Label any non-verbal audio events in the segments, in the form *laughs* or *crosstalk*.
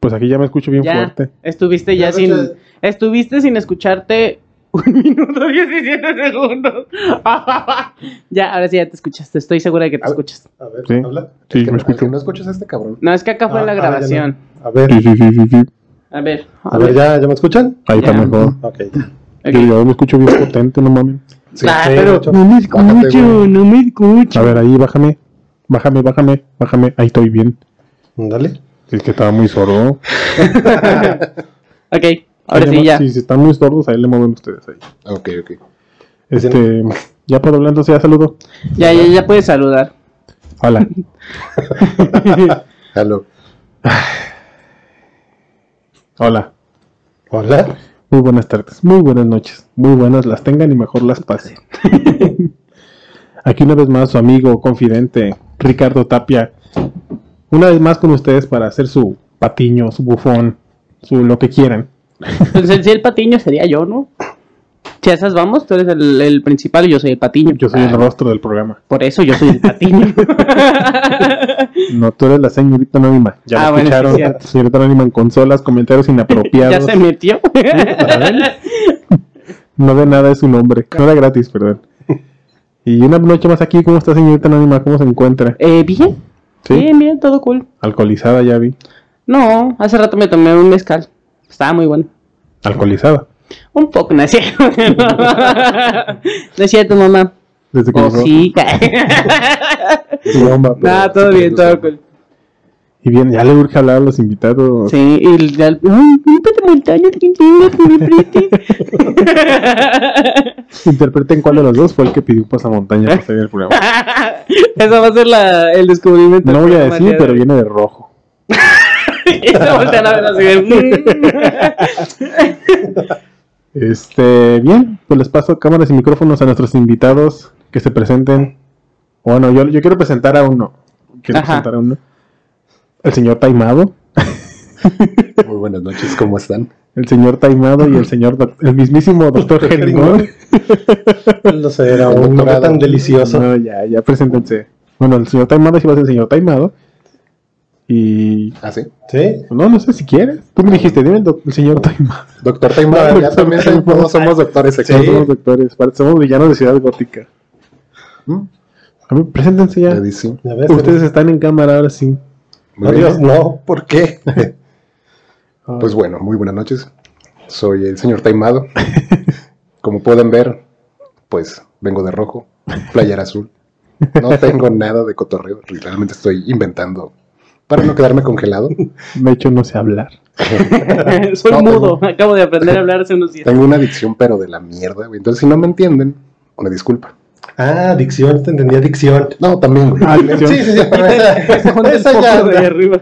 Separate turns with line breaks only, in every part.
Pues aquí ya me escucho bien
ya
fuerte.
estuviste ya,
Ya
sin.
escuché.
Estuviste sin escucharte *laughs* un minuto *laughs* 17 segundos. *laughs* ya, ahora sí ya te escuchas. Estoy segura de que te
A ver.
escuchas.
A ver,
Sí.
habla.
Sí,
Es que
me
no-
escucho.
que No escuchas a este cabrón.
No, es que acá fue
Ah,
la
ah, ya
grabación.
no. A ver,
Sí, sí, sí, sí, sí.
A ver,
a ver, ¿ya, ¿ya me escuchan?
Ahí está
Ya.
mejor.
Ok, ya.
ok.
Yo ya me escucho bien potente, no mames.
Sí,
Ah,
sí,
pero-
mucho.
No me
Bájate, güey.
no me escucho.
A ver, ahí bájame. Bájame, bájame, bájame. Ahí estoy bien.
Dale.
Es que estaba muy sordo.
Ok, ahora
Ahí le
sí
mu-
ya.
Si, si están muy sordos, ahí le mueven ustedes ahí.
Ok, ok.
Este, ya por hablando, ya saludo.
Ya, ya, ya puedes saludar. *laughs*
Hola.
Aló.
Hola.
Hola.
Muy buenas tardes, muy buenas noches, muy buenas las tengan y mejor las
*laughs*
pasen. Aquí una vez más su amigo, confidente, Ricardo Tapia. Una vez más con ustedes para hacer su patiño, su bufón, su lo que quieran.
Entonces, si Pues el patiño sería yo, ¿no? Si a esas vamos, tú eres el, el principal y yo soy el patiño. Ah,
Yo soy el rostro del programa.
Por eso yo soy el patiño.
No, tú eres la señorita anónima. Ya
Ah,
la
bueno, sí,
escucharon.
cierto.
señorita anónima en consolas,
*laughs*
comentarios
ya
inapropiados.
se metió.
No de nada es su nombre. No era gratis, perdón. Y una noche más aquí, ¿cómo está señorita anónima? ¿Cómo se encuentra?
*laughs* eh, bien,
Sí,
bien, bien, todo cool.
alcoholizada ya vi.
No, hace rato me tomé un mezcal. Estaba muy bueno.
Alcoholizada.
Un poco, no
*laughs*
es cierto. no es cierto, mamá.
Desde que
Oh,
llegó. *laughs*
sí, ca-
Tu bomba, pero-
Nada, todo bien, todo cool.
Y bien, ya le urge hablar a los invitados.
Sí, y el. el- ¡Ay, un patrimonio, tin, tin, tin, tin, tin!
Interpreten cuál de los dos fue el que pidió un pasamontaña para salir del
*laughs*
programa.
*laughs* Eso va a ser la, el descubrimiento.
No voy a
del
decir, pero
programa
viene de rojo.
el día de hoy. Y *laughs* se voltean a ver así de,
Este, bien, pues les paso cámaras y micrófonos a nuestros invitados que se presenten. Bueno, yo, yo quiero presentar a uno. Quiero
Ajá.
presentar a uno. El señor Taimado.
Muy buenas noches, ¿cómo están?
El señor Taimado y el señor, doc- el
*laughs*
mismísimo doctor *laughs* Geringón.
No sé, era un nombre tan delicioso.
No, ya, ya, preséntense. Bueno, el señor Taimado sí va a ser el señor Taimado. Y.
¿Ah, sí? Sí.
No, no sé si quieres. Tú me dijiste, dime el, doc- el señor Taimado.
Doctor Taimada,
No,
ya
doctor
también
Taimada.
todos somos doctores aquí.
No somos doctores, pare- somos villanos de Ciudad Gótica.
Mm,
A ver, preséntense ya.
te dice.
Ya ves,
Ustedes están en cámara ahora sí.
Muy
no, Dios,
bien.
no.
¿Por qué?
Ah,
Pues bueno, muy buenas noches. Soy el señor
*laughs*
Taimado. Como pueden ver, pues vengo de rojo, playera azul. No tengo nada de cotorreo, realmente estoy inventando para no quedarme congelado.
De hecho, no sé hablar. *laughs*
"Mm". Soy
No,
mudo. Acabo de aprender a hablar hace unos días.
Tengo una adicción, pero de la mierda, güey. Entonces, si no me entienden, una disculpa.
Ah, dicción, te entendía dicción.
No, también, güey.
Ah, adicción.
Sí, sí, sí, pero *laughs* esa,
Esconde el
esa
foco
ya-
de
*laughs*
ahí arriba.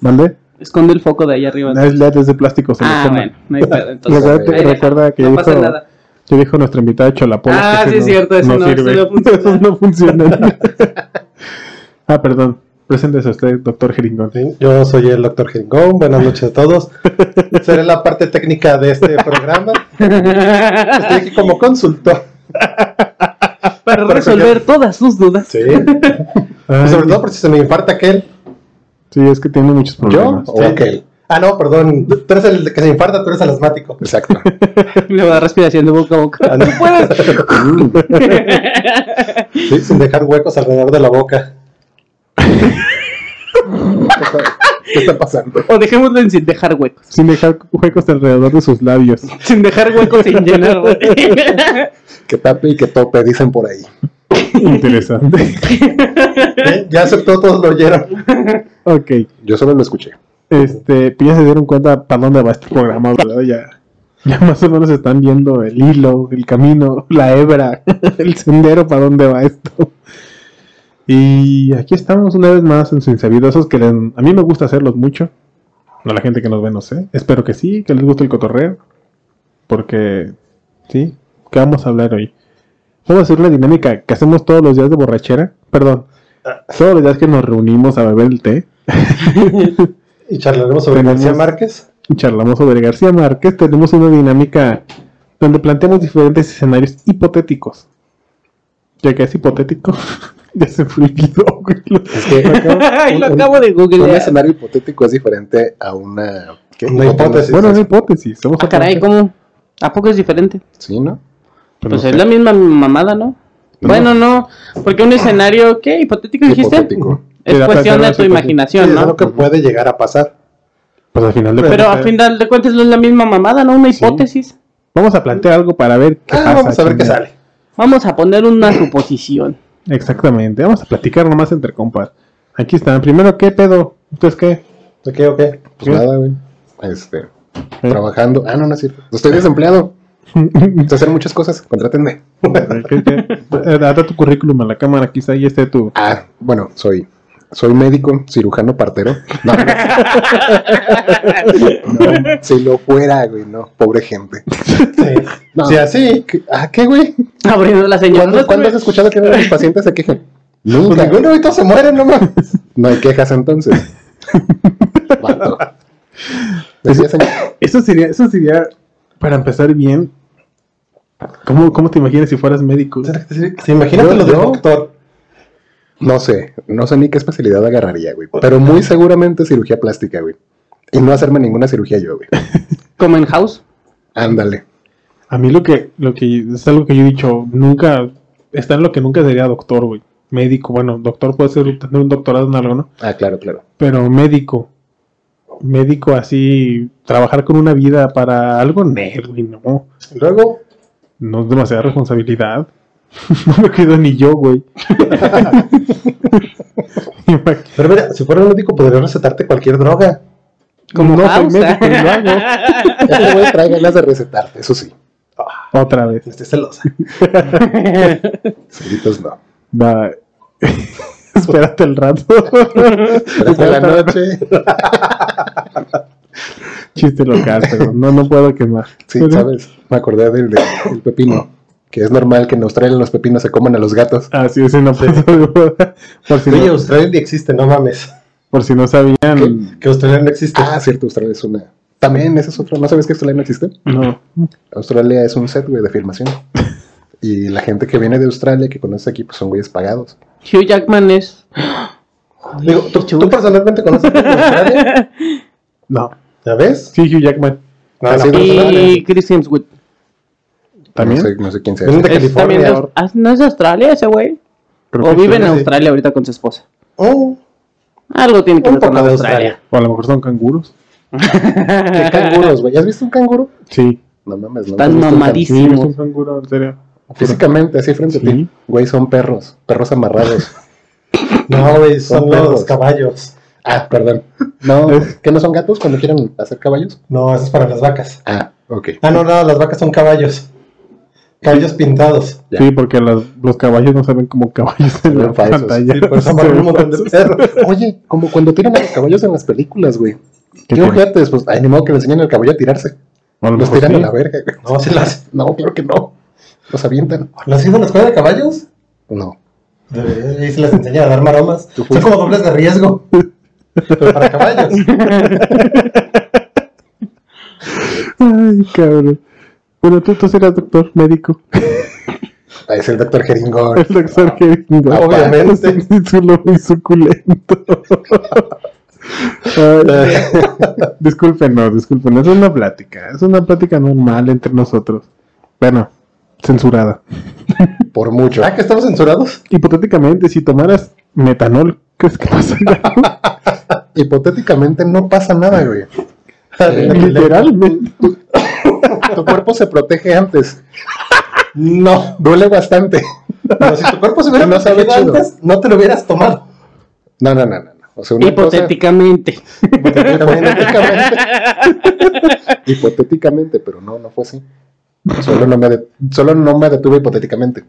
¿Mande?
Esconde el foco de ahí arriba.
No, Es LED, es de plástico. Se
Ah,
lo comen.
bueno, no hay pedo. Entonces,
Recuerda,
ahí deja,
recuerda que
no
dijo,
pasa nada.
que dijo nuestra invitada Cholapola.
Ah,
que
sí, es cierto, eso no- eso
sirve.
no
*laughs*
funciona.
Esos no funcionan. *laughs* ah, perdón. Preséntese usted, doctor Geringón.
Sí, Yo soy el doctor Gengón, buenas noches a todos. Seré la parte técnica de este programa. Estoy aquí como consultor.
Para resolver todas sus dudas. *laughs*
Sí.
Ay,
Pues Sobre todo por si se me infarta aquel.
Sí, es que tiene muchos
¿Yo
problemas.
o
Sí.
aquel?
Ah, no, perdón. Tú eres el que se infarta, tú eres el asmático.
Exacto.
Le va a dar respiración de boca a boca.
Ah, no. Sí, sin dejar huecos alrededor de la boca.
¿Qué está, qué está pasando?
O dejémoslo en sin dejar
*laughs*
huecos.
Sin dejar huecos alrededor de sus labios.
Sin dejar huecos *laughs* sin llenar. güey.
Que tape y que tope, dicen por
*laughs*
ahí.
Interesante.
¿Eh? Ya aceptó, todos lo oyeron.
ok.
Yo solo lo escuché.
Este, pues ya se dieron cuenta para dónde va este programa, ¿verdad? Ya, ya más o menos están viendo el hilo, el camino, la hebra, *laughs* el sendero para dónde va esto. Y aquí estamos una vez más en sus insabidosos que les- a mí me gusta hacerlos mucho. A la gente que nos ve, no sé. Espero que sí, que les guste el cotorreo. Porque, sí, ¿qué vamos a hablar hoy? Vamos a hacer la dinámica que hacemos todos los días de borrachera. Perdón, todos los días que nos reunimos a beber el té.
Y charlaremos sobre
Tenemos-
García Márquez.
y charlamos sobre García Márquez, tenemos una dinámica donde planteamos diferentes escenarios hipotéticos. Ya que es hipotético, *laughs* ya se me olvidó, güey.
Es que
Ay, lo acabo de
un
googlear.
escenario hipotético es diferente a una... ¿qué?
Una hipótesis.
Bueno, una hipótesis. Vamos
Ah, caray, ¿cómo? ¿A poco es diferente?
Sí, ¿no?
Pues es la misma mamada, ¿no? Bueno, no, porque un escenario, ¿qué? ¿Hipotético dijiste?
Hipotético.
Que
Es
la
cuestión
tercera
de tu
es hipotética.
Sí,
imaginación,
Es
¿no?
lo que puede llegar a pasar.
Pues al final de
Pero a
cuentas,
final de cuentas no es la misma mamada, ¿no? Una hipótesis.
Vamos a plantear algo para ver qué
Ah,
pasa,
vamos a ver qué
chingada.
sale.
Vamos a poner una suposición. *laughs*
Exactamente, vamos a platicar nomás entre compas. Aquí están. Primero, ¿qué pedo? ¿Ustedes qué?
Ok, ok.
Pues
¿Qué?
nada, güey. Este, trabajando. Ah, no, no es cierto. Estoy desempleado. Sé hacer muchas cosas. Contrátenme.
¿Qué- qué? Eh, Data tu currículum a la cámara, quizá ahí esté tu.
Ah, bueno, soy, soy médico, cirujano, partero. No, no. No, si lo fuera, güey, no. Pobre gente.
Sí.
No.
Sí, así.
¿Qué- ¿Ah, qué, güey?
Abriendo la señal.
¿Cuándo, cuándo has escuchado que los pacientes se quejan?
*laughs* Pues
Nunca.
ninguno ahorita se muere, no mames.
No hay quejas entonces. Vato. Decía, señor,
Eso sería, eso sería, para empezar bien. ¿Cómo, cómo te imaginas si fueras médico?
Sí, imagínate
Yo-
lo del
yo-
doctor.
No sé, no sé ni qué especialidad agarraría, güey. Pero muy seguramente cirugía plástica, güey. Y no hacerme ninguna cirugía yo, güey.
Como en House.
Ándale.
A mí lo que, lo que es algo que yo he dicho, nunca, está en lo que nunca sería doctor, güey. Médico, bueno, doctor puede ser tener un doctorado en algo, ¿no?
Ah, claro, claro.
Pero médico, médico así, trabajar con una vida para algo, nerd, güey, no.
Luego,
No es demasiada responsabilidad. *laughs* no me quedo ni yo, güey.
pero mira, si fuera médico podría recetarte cualquier droga.
Como no soy
House.
médico, y lo hago.
Este güey trae ganas de recetarte, eso sí.
Otra vez.
Estoy celosa.
Celitos no.
Va. *laughs* Espérate el rato.
Espérate la noche.
Chiste local, pero no, no puedo quemar.
Sí,
Pero-
¿sabes? Me acordé del, de- del pepino. Que es normal que en Australia los pepinos se coman a los gatos.
Así es, Ah, no puedo. Por si
Oye,
no,
Australia ni existe, no mames.
por si no sabían.
Que Australia no existe.
Ah, cierto, Australia es una. También, esa es otra. ¿No sabes que Australia no existe?
No.
Australia es un set, güey,
*laughs*
de filmación. Y la gente que viene de Australia, que conoce aquí, pues son güeyes pagados.
Hugh Jackman es.
Digo, ¿tú, tú personalmente conoces a Australia?
No.
¿Ya ves?
*laughs*
Ah,
Sí, Hugh Jackman.
No, la
Así de-
personalidad.
Y Chris Hemsworth.
También.
No sé, no sé quién sea.
Vienen de
Es
California.
también de Aus- ah, ¿No es de Australia ese güey?
Creo
O
que
vive
sí.
en
sí.
Australia ahorita con su esposa.
Oh,
Algo tiene que
un
ver con
poco de
Australia.
Australia.
O a lo mejor son canguros.
¿Qué
*laughs*
canguros, güey? ¿Has visto un canguro?
Sí.
No mames, no.
Están
has visto un canguro.
mamadísimos.
Sí, es un canguro, en serio.
Físicamente, así frente
Sí.
a ti. Güey, son perros. Perros amarrados.
*laughs*
no, güey, son
Son
los
perros.
caballos.
ah, perdón.
*laughs*
No, ¿que no son gatos cuando quieren hacer caballos?
No, eso es para las vacas.
Ah,
*laughs*
ok.
Ah, no, no, las vacas son caballos. Caballos pintados.
Ya.
Sí, porque las- los caballos no saben como caballos en
ven
la
falsos.
pantalla.
Sí, *laughs* por
*laughs*
eso
Se
amarran
ven
un montón de
falsos.
perros.
Oye, como cuando tiran a los caballos en las películas, güey.
¿Qué
¿Qué
tiene?
ojetes? Pues, ay, ni modo que le enseñen al caballo a tirarse.
O a lo
Los
mejor
tiran
sí.
a la verga, güey.
No, si las.
No, claro que no. Los avientan.
¿Las hicieron en la escuela de caballos?
No.
De- Ahí se les enseña a dar maromas.
Tú
Son como dobles de *laughs* riesgo. Pero para caballos.
Ay, cabrón. Bueno, tú, tú serás doctor médico.
Ah, Es el doctor
*laughs*
Jeringón.
El doctor Geringo.
Ah,
Obviamente.
Es un título muy suculento. Ay, discúlpenos, discúlpenos. Es una plática. Es una plática normal entre nosotros. Bueno, censurada.
Por mucho.
Ah, que estamos censurados.
Hipotéticamente, si tomaras metanol, ¿crees que pasa algo?
Hipotéticamente no pasa nada, güey.
Ah,
Eh,
Literalmente.
Tu cuerpo se protege antes.
No.
Duele bastante.
Pero si tu cuerpo se hubiera
No sabe
protegido
chido.
antes, no te lo hubieras tomado.
No, no, no, no. no. O sea, una cosa-
*laughs* Hipotéticamente.
*laughs*
hipotéticamente. hipotéticamente, pero no, no fue así. Solo no me, de- solo no me detuve hipotéticamente.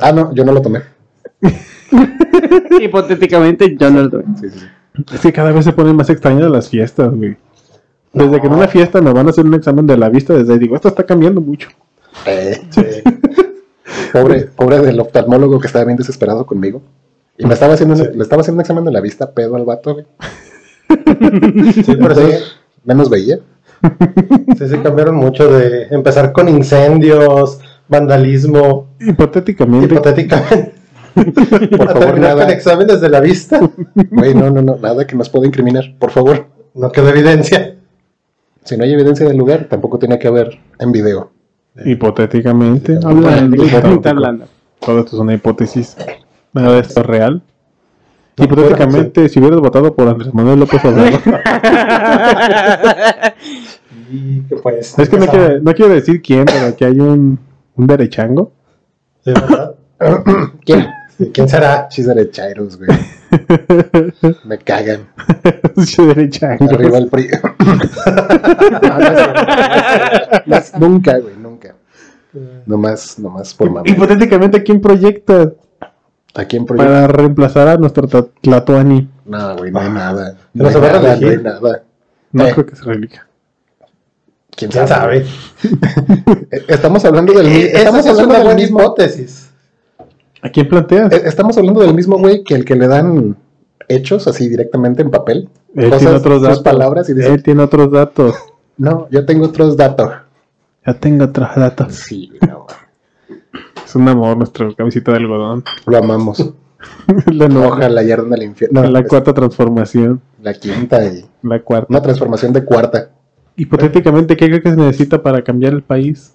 Ah, no, yo no lo tomé.
*laughs* Hipotéticamente yo no lo doy.
Sí, sí, sí.
Es que cada vez se ponen más extrañas las fiestas, güey. Desde que en una fiesta nos van a hacer un examen de la vista, desde ahí digo, esto está cambiando mucho.
Eh, Pobre, pobre del oftalmólogo que estaba bien desesperado conmigo. Y me estaba haciendo, un-
Sí.
le estaba haciendo un examen de la vista pedo al vato, güey.
Sí, pero
Entonces, menos veía.
Sí, se cambiaron mucho de empezar con incendios, vandalismo,
Hipotéticamente.
hipotéticamente. *laughs*
Por
a
favor,
terminar con
nada.
exámenes de la vista.
Güey, no, no, no, nada que nos pueda incriminar. Por favor,
No quedó evidencia.
si no hay evidencia del lugar, tampoco tenía que haber en video.
hipotéticamente.
*laughs*
Hipotético.
Hablando.
Hipotético.
Hipotéticamente hablando. Todo esto es una hipótesis. Nada de esto es real. Hipotéticamente, si hubieras votado por Andrés Manuel López Obrador. *laughs*
Y que pues.
es que no quiero, no quiero decir quién, pero aquí hay un, un derechango. *laughs*
Sí, ¿verdad?
¿Quién?
Sí, ¿Quién será?
Chis derechairos, güey. Me cagan.
Sí, derechango.
Arriba el
*laughs*
PRI. Más- *laughs* nunca, güey, nunca. Nomás, nomás por mamá.
Hipotéticamente, ¿quién proyecta
¿A quién proyecta?
para reemplazar a nuestro Tla- Tlatoani?
No, güey, no hay nada.
Pero
No hay
se va a
nada, no hay
reelegir.
nada.
No
Eh.
creo que se reelija.
¿Quién
¿Quién
sabe?
sabe?
Eh, Estamos hablando del, mi-
Pues, Esa
estamos
sí es
hablando
una
del
buena
mismo.
hipótesis.
¿A quién planteas?
eh, Estamos hablando del mismo güey que el que le dan hechos así directamente en papel.
Él tiene
cosas,
otros
sus
datos.
palabras y dice,
Él tiene otros datos.
no, yo tengo otros datos.
Ya tengo otros datos.
Sí, güey, no.
Es un amor nuestro camisita de algodón.
*laughs* Lo amamos.
*laughs* la nueva-
Ojalá y arden al infierno. No,
la
es
cuarta transformación.
la quinta y
La cuarta.
una transformación de cuarta.
Hipotéticamente, ¿qué crees que se necesita para cambiar el país?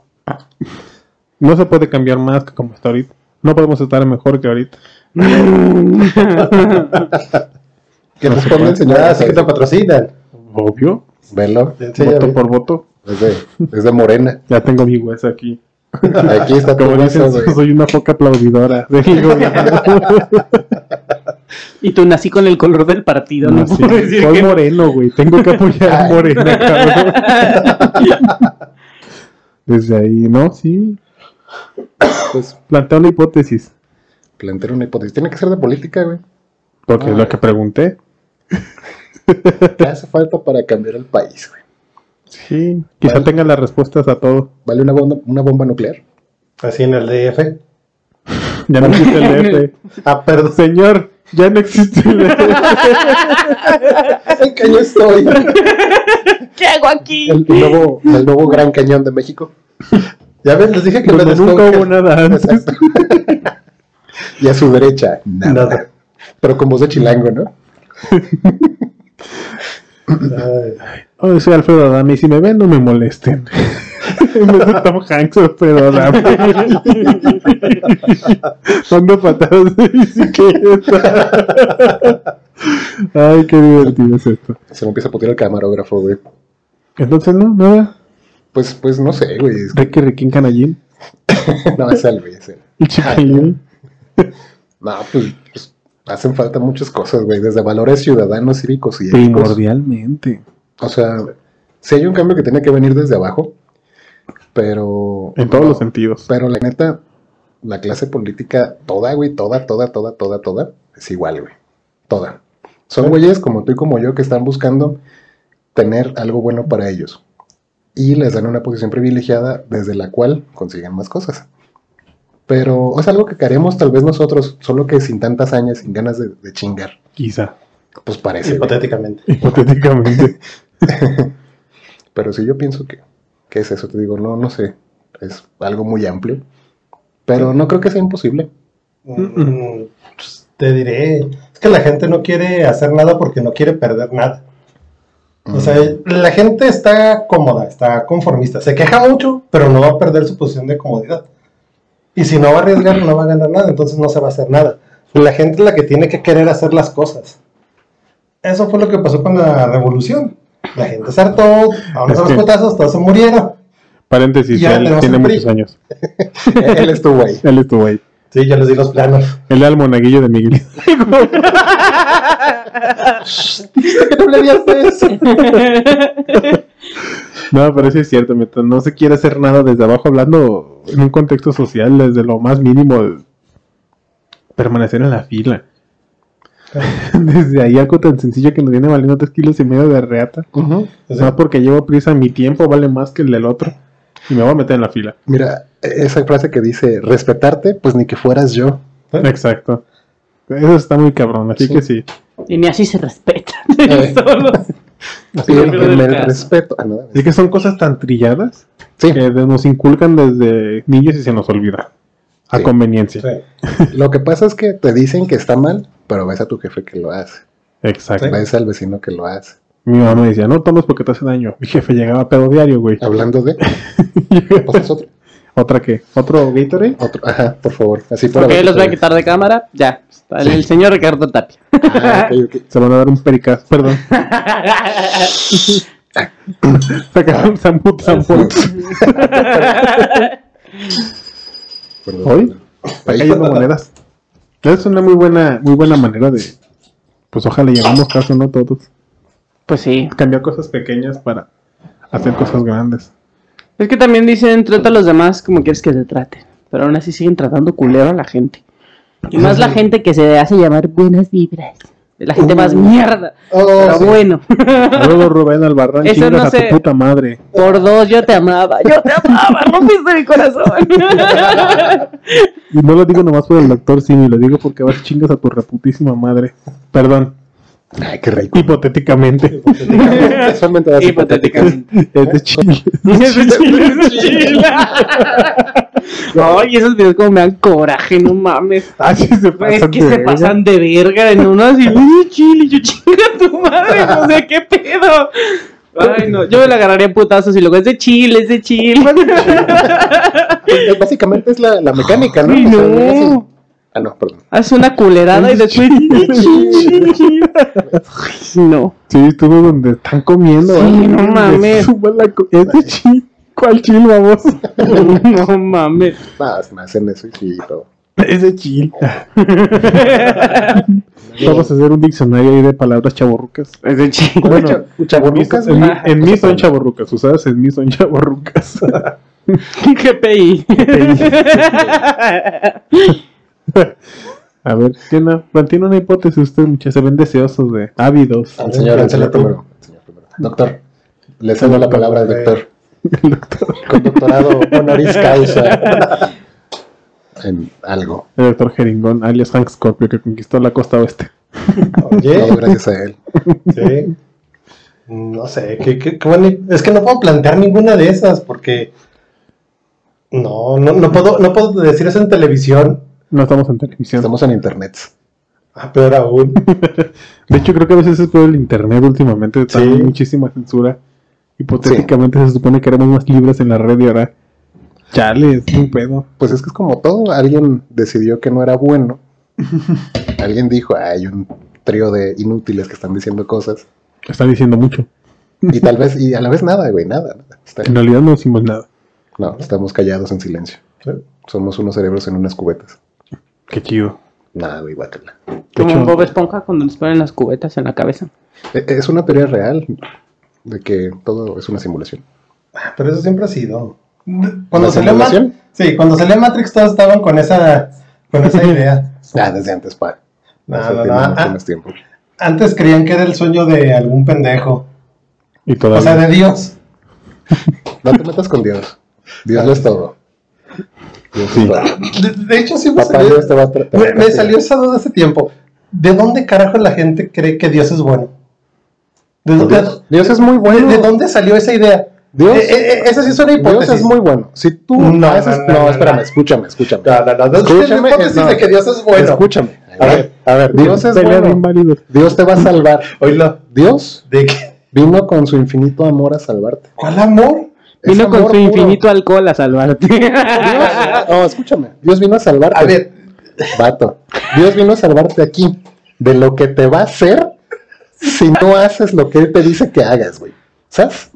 No se puede cambiar más que como está ahorita. No podemos estar mejor que ahorita.
Que nos
supuesto.
ponga el señor.
Ah, así que te patrocinan.
Obvio.
Velo.
Sí, ya
voto
vi.
por voto.
Es de, es de morena.
*laughs* Ya tengo mi hueso aquí.
Aquí está tu
Como dicen,
beso, güey.
soy una foca *laughs* aplaudidora del gobierno.
Y tú nací con el color del partido, no,
Sí,
*laughs* puedo decir
soy
que-
moreno, güey. Tengo que apoyar a
Ay.
Morena, cabrón. *laughs* Desde ahí, ¿no? Sí.
Pues
Plantea una hipótesis.
plantear una hipótesis. Tiene que ser de política, güey.
Porque es
Ay.
Ah.
lo que pregunté.
¿Qué hace falta para cambiar el país, güey?
Sí. Quizá
Vale.
tenga las respuestas a todo.
¿Vale una bomba, una bomba nuclear?
Así en el DF.
Ya no existe el DF.
*laughs* Ah, perdón.
Señor, ya no existe el DF.
El cañón estoy.
¿Qué hago aquí?
El nuevo, el nuevo gran cañón de México.
Ya ves, les dije que
Donde
me
nunca
descongelé.
hubo nada antes.
Y a su derecha, nada.
Nada.
Pero con voz de chilango, ¿no?
*laughs* Ay,
Oye, soy Oh, Alfredo Adame y si me ven, no me molesten. *laughs* En vez de Tom Hanks, Alfredo
*laughs*
Adame. Dando patadas de bicicleta.
*laughs*
Ay, qué divertido es esto.
Se me empieza a putear el camarógrafo, güey.
Entonces, no, nada.
Pues, pues no sé, güey. Es
Ricky Riquín Canallín.
que- No, es él, güey, es él.
El Chicalín.
No, pues, pues, hacen falta muchas cosas, güey. Desde valores ciudadanos, cívicos y éticos.
Primordialmente.
O sea, sí hay un cambio que tiene que venir desde abajo, pero...
En todos
no,
los sentidos.
Pero la neta, la clase política, toda, güey, toda, toda, toda, toda, toda, es igual, güey. Toda. Son güeyes como tú y como yo que están buscando tener algo bueno para ellos. Y les dan una posición privilegiada desde la cual consiguen más cosas. Pero es algo que queremos tal vez nosotros, solo que sin tantas hazañas, sin ganas de, de chingar.
Quizá. *laughs*
Pues parece. güey.
Hipotéticamente.
Hipotéticamente.
Pero sí, yo pienso que, que es eso. Te digo, no, no sé. Es algo muy amplio. Pero no creo que sea imposible.
Mm, pues, te diré. Es que la gente no quiere hacer nada porque no quiere perder nada. O sea, la gente está cómoda, está conformista. Se queja mucho, pero no va a perder su posición de comodidad. Y si no va a arriesgar, no va a ganar nada, entonces no se va a hacer nada. La gente es la que tiene que querer hacer las cosas. Eso fue lo que pasó con la revolución. La gente se hartó, vamos
Es
a los
que-
putazos, todos se murieron.
Paréntesis,
Ya,
él
tenemos
tiene
un
muchos
PRI.
años.
*laughs* Él estuvo ahí.
Él estuvo ahí.
Sí, yo les di los planos.
*laughs*
Él era el monaguillo de Miguel. *laughs*
que no le habías de eso?
*laughs*
No, pero sí es cierto, mientras no se quiere hacer nada desde abajo, hablando en un contexto social, desde lo más mínimo, el permanecer en la fila. *laughs* Desde ahí algo tan sencillo que nos viene valiendo tres kilos y medio de reata.
O
Más
sea,
porque llevo prisa, mi tiempo vale más que el del otro. Y me voy a meter en la fila.
Mira, e-, esa frase que dice, respetarte, pues ni que fueras yo.
Exacto. Eso está muy cabrón, así
Sí.
que sí.
*laughs* Y ni así se respeta.
Eh.
Solos.
Sí, el
primero del
primer
caso.
respeto. Ah, no,
Es que son cosas tan trilladas
sí,
que de- nos inculcan desde niños y se nos olvida. A
Sí.
conveniencia.
Sí.
lo que pasa es que te dicen que está mal, pero ves a tu jefe que lo hace.
Exacto.
Ves al vecino que lo hace.
Mi mamá me decía, no tomes porque te hace daño. Mi jefe llegaba pedo diario, güey.
Hablando de. ¿Pasas otro?
¿Otra qué? ¿Otro Gatorade?
Otro. Ajá, por favor. Así por
Ok,
abajo.
los voy a quitar de cámara. Ya. Está
pues, Sí.
El señor Ricardo Tapia. *laughs*
Ah, ok, ok.
Se van a dar un pericazo.
*laughs*
Perdón. Sacaron Zambut, Zambut.
Perdón,
¿Hoy?
perdón.
Está cayendo monedas. Es una muy buena, muy buena manera de. Pues ojalá llevamos caso, ¿no? Todos.
pues sí.
Cambiar cosas pequeñas para hacer cosas
*laughs*
grandes.
Es que también dicen, trata a los demás como quieres que te traten. Pero aún así siguen tratando culero a la gente. Y más la gente que se hace llamar buenas vibras. La gente más mierda.
Oh,
Pero
sí.
bueno, *laughs*
Luego Rubén Albarrán,
Eso
chingas
no
a
sé.
tu puta madre.
por dos yo te amaba. Yo te amaba, rompiste mi corazón.
Y no lo digo nomás por el doctor Simi, lo digo porque vas chingas a tu reputísima madre. Perdón,
Ay, qué rico.
hipotéticamente.
Solamente das
Hipotéticamente.
*laughs* Es de Chile.
*laughs* Ay, esos videos como me dan coraje, no mames.
Ah, sí, se
Güey, Es
pasan
que
de
se
verga.
pasan de verga en uno
*laughs*
así, uy, chile, yo chinga tu madre, no sé qué pedo. Ay, no, yo me la agarraría a putazos y luego es de chile, es de chile.
*laughs*
Pues, Básicamente es la, la mecánica, ¿no?
Ay,
O sea, es
no.
un- Ah, no, perdón.
Hace una culerada y después.
*laughs*
Ay, no.
Sí, estuvo donde están comiendo.
Sí,
¿eh?
no
Le
mames.
suba la co- Es de Chile. ¿Cuál Chile, vamos?
*laughs* No mames.
Nada, se me hacen eso y sí, todo.
Es de Chile.
*laughs*
Vamos a hacer un diccionario ahí de palabras chaborrucas.
Es de chile.
Bueno,
cha-
en mí,
chavorrucas,
en mí-
¿no?
en mí son chaborrucas, usadas en mí son chaborrucas.
GPI.
*laughs*
*laughs*
A ver, tiene, mantiene una hipótesis usted, muchachos. Se ven deseosos de ávidos.
Ah,
El señor, el
Cancela tú.
señor primero. el señor primero. Doctor, le cedo la palabra al doctor. Con doctorado honoris causa. En algo.
El doctor Geringón, alias Hank Scorpio, que conquistó la costa oeste.
Todo
Oye,
gracias a *laughs* él.
sí. No sé, qué, qué, qué bueno. Es que no puedo plantear ninguna de esas porque. No, no, no puedo, no puedo decir eso en televisión.
No estamos en televisión.
Estamos en internet.
Ah, peor aún.
De hecho, creo que a veces es por el internet últimamente. Está
Sí.
muchísima censura. Hipotéticamente se supone que éramos más libres en la red y ahora. Chale, es un pedo.
Pues es que es como todo. Alguien decidió que no era *laughs* bueno. Alguien dijo, "Ah, hay un trío de inútiles que están diciendo cosas.
Está diciendo mucho.
Y tal vez, y a la vez nada, güey, nada. nada. Está-
En realidad no decimos nada.
no, estamos callados en silencio. Somos unos cerebros en unas cubetas.
Qué chido.
Nada, güey, guácala.
Como un Bob Esponja cuando les ponen las cubetas en la cabeza.
E- Es una teoría real de que todo es una simulación.
Ah, Pero eso siempre ha sido.
¿Una
Cuando se lee Matrix.
simulación?
Sí, cuando se lee Matrix todos estaban con esa, con
*laughs*
esa idea.
Ah, desde antes, pa.
No,
Hace
no,
tiempo,
no.
no
Ah.
tienes tiempo.
Antes creían que era el sueño de algún pendejo.
Y
O sea,
todavía.
de Dios.
No te metas con Dios. Dios lo es todo. Dios es todo.
De, de hecho, sí me
Papá
salió,
Dios te va a tratar.
me, me salió esa duda hace tiempo. ¿De dónde carajo la gente cree que Dios es bueno? ¿De, dónde-
Dios, Dios es muy
de-
bueno.
de dónde salió esa idea?
Dios,
Eh, eh, eh, esa sí es una hipótesis.
Dios es muy bueno. Si tú
No,
haces-
no,
No,
no, no,
espérame,
no.
escúchame, escúchame.
No, no, no, no, es una
Escúchame,
hipótesis
no.
de que Dios es bueno.
Escúchame.
A ver,
a ver, Dios es
Pelea bien
bueno.
válido.
Dios te va a salvar.
Oílo.
Dios
¿De qué?
vino con su infinito amor a salvarte.
¿Cuál amor?
Es
Vino con
amor
su
puro.
infinito alcohol a salvarte.
Dios, no, escúchame. Dios vino a salvarte.
A ver,
Vato, Dios vino a salvarte aquí de lo que te va a hacer si no haces lo que Él te dice que hagas, güey. ¿Sabes?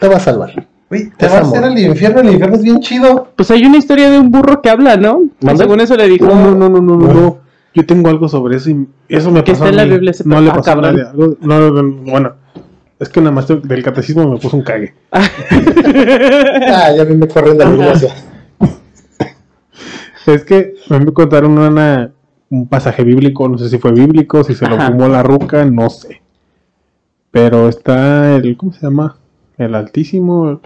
Te va a salvar.
güey, te
Es
vas a
amor.
hacer al infierno. El infierno es bien chido.
Pues hay una historia de un burro que habla, ¿no?
¿Mande?
Según eso le dijo.
No, no, no, no, no, no, no. Yo tengo algo sobre eso y eso me
Que
pasó.
está en
a
la
mí.
Biblia ese
No
pe-
le
ah,
pasó a
cabrón.
nadie. Algo- No, no, no, bueno. Es que nada más del catecismo me puso un cague.
Ah, ya a mí me corren la iglesia.
Es que a mí me contaron una- un pasaje bíblico, no sé si fue bíblico, si se lo
Ajá.
fumó la ruca, no sé. Pero está el, ¿cómo se llama? El Altísimo,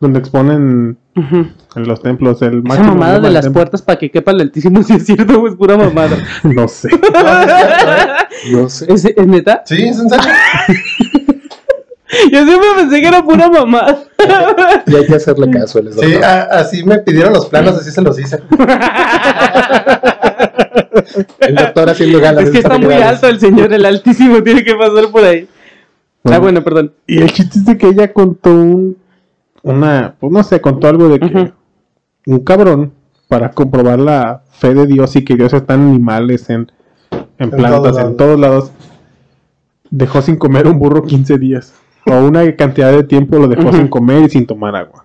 donde exponen
Ujú.
en los templos el
Esa
máximo
mamada
lema
de
del
las
templo.
puertas para que quepa el *laughs* altísimo, si es cierto, güey, es pura *laughs* mamada.
No sé.
Yo sé.
¿Es, es neta?
Sí, es en serio.
Yo siempre pensé que era pura mamá.
Y hay que hacerle caso. él es
Sí,
doctor.
a- así me pidieron los planos, así se los hice.
El doctor haciendo ganas.
es que está muy alto el señor, el altísimo tiene que pasar por ahí. Ah, bueno, *laughs* perdón.
Y el chiste es de que ella contó un. Una. Pues no sé, contó algo de que.
Ujú.
Un cabrón. Para comprobar la fe de Dios y que Dios está en animales, en, en plantas,
todos
en
lados.
todos lados. Dejó sin comer un burro 15 días. O una cantidad de tiempo lo dejó
Ujú.
sin comer y sin tomar agua.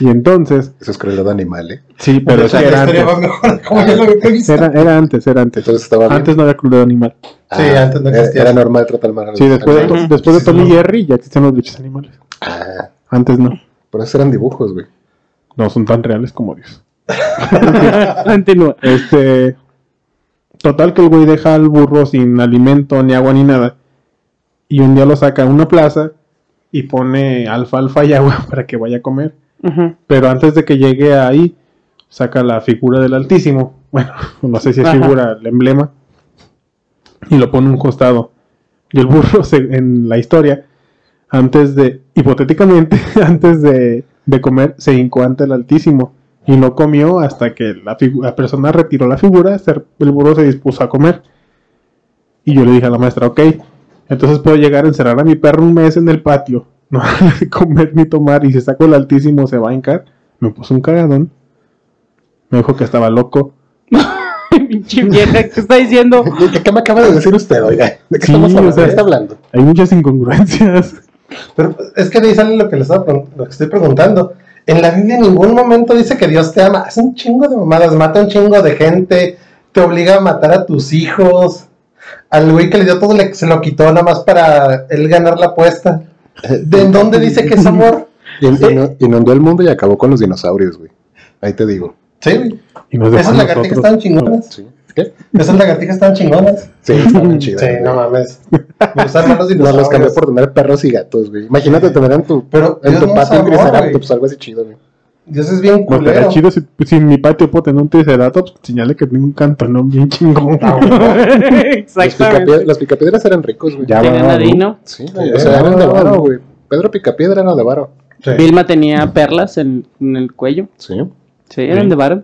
y entonces.
Eso es crueldad animal, ¿eh?
Sí, pero
O
eso
sea,
era
la historia va
antes.
mejor como yo lo había previsto.
Era, era antes, era antes.
Entonces estaba bien.
Antes no había crueldad animal.
Sí, antes no
era-
existía.
Era normal tratar mal a los
Sí, después de,
animales.
Ujú.
después de
Sí,
Tommy
sí.
y Jerry ya existen los bichos animales.
Ah,
Antes no.
por eso eran dibujos, güey.
No son tan reales como Dios.
Continúa.
Este. Total que el güey deja al burro sin alimento, ni agua, ni nada. Y un día lo saca a una plaza y pone alfalfa y agua *laughs* para que vaya a comer.
Ujú.
Pero antes de que llegue ahí, saca la figura del Altísimo. *laughs* Bueno, no sé si es
Ajá.
figura, el emblema. Y lo pone a un costado. Y el burro se- en la historia, antes de, hipotéticamente, *laughs* antes de, de comer, se hincó ante el Altísimo. Y no comió hasta que la, figu- la persona retiró la figura, se- el burro se dispuso a comer. Y yo le dije a la maestra, ok, entonces puedo llegar a encerrar a mi perro un mes en el patio, *laughs* no de comer ni tomar, y si saco el altísimo se va a hincar. Me puso un cagadón. Me dijo que estaba loco.
*laughs* Pinche vieja, ¿qué está *laughs* diciendo?
¿De qué me acaba de decir usted, oiga? ¿De qué
Sí,
estamos hablando?
o sea-
¿De qué está hablando?
Hay muchas incongruencias. *laughs*
Pero pues, es que de ahí sale lo que les estaba pregun- lo que estoy preguntando. En la Biblia en ningún momento dice que Dios te ama. Hace un chingo de mamadas, mata un chingo de gente, te obliga a matar a tus hijos. Al güey que le dio todo le- se lo quitó nada más para él ganar la apuesta. ¿De en dónde dice que es amor?
Eh, In- ino- Inundó el mundo y acabó con los dinosaurios, güey. Ahí te digo.
Sí, güey.
Y nos dejó
Esas
a
lagartijas
nosotros.
están chingonas.
¿Sí? ¿Qué?
Esas lagartijas están chingonas.
Sí, estaban chidas.
Sí,
güey.
no mames. Me gustan más los
*laughs*
Pues,
No, los cambié
dinosaurios.
por tener perros y gatos, güey. Imagínate tener en tu,
Pero
en
Dios
tu
no
patio un
sabe,
triceratops,
güey.
algo así chido, güey.
Dios es bien
No, estaría
culero.
chido si, si en mi patio puedo tener un triceratops, pues, señale que tengo un cantonón bien chingón.
Los, picapie-
Exactamente.
los picapiedras eran ricos,
*laughs*
güey.
Ya.
Tenían a Dino.
Sí, güey, o sea, eran de varo, güey. Pedro Picapiedra era de varo.
Sí.
Vilma tenía perlas en, en el cuello.
Sí.
Sí, eran de varo.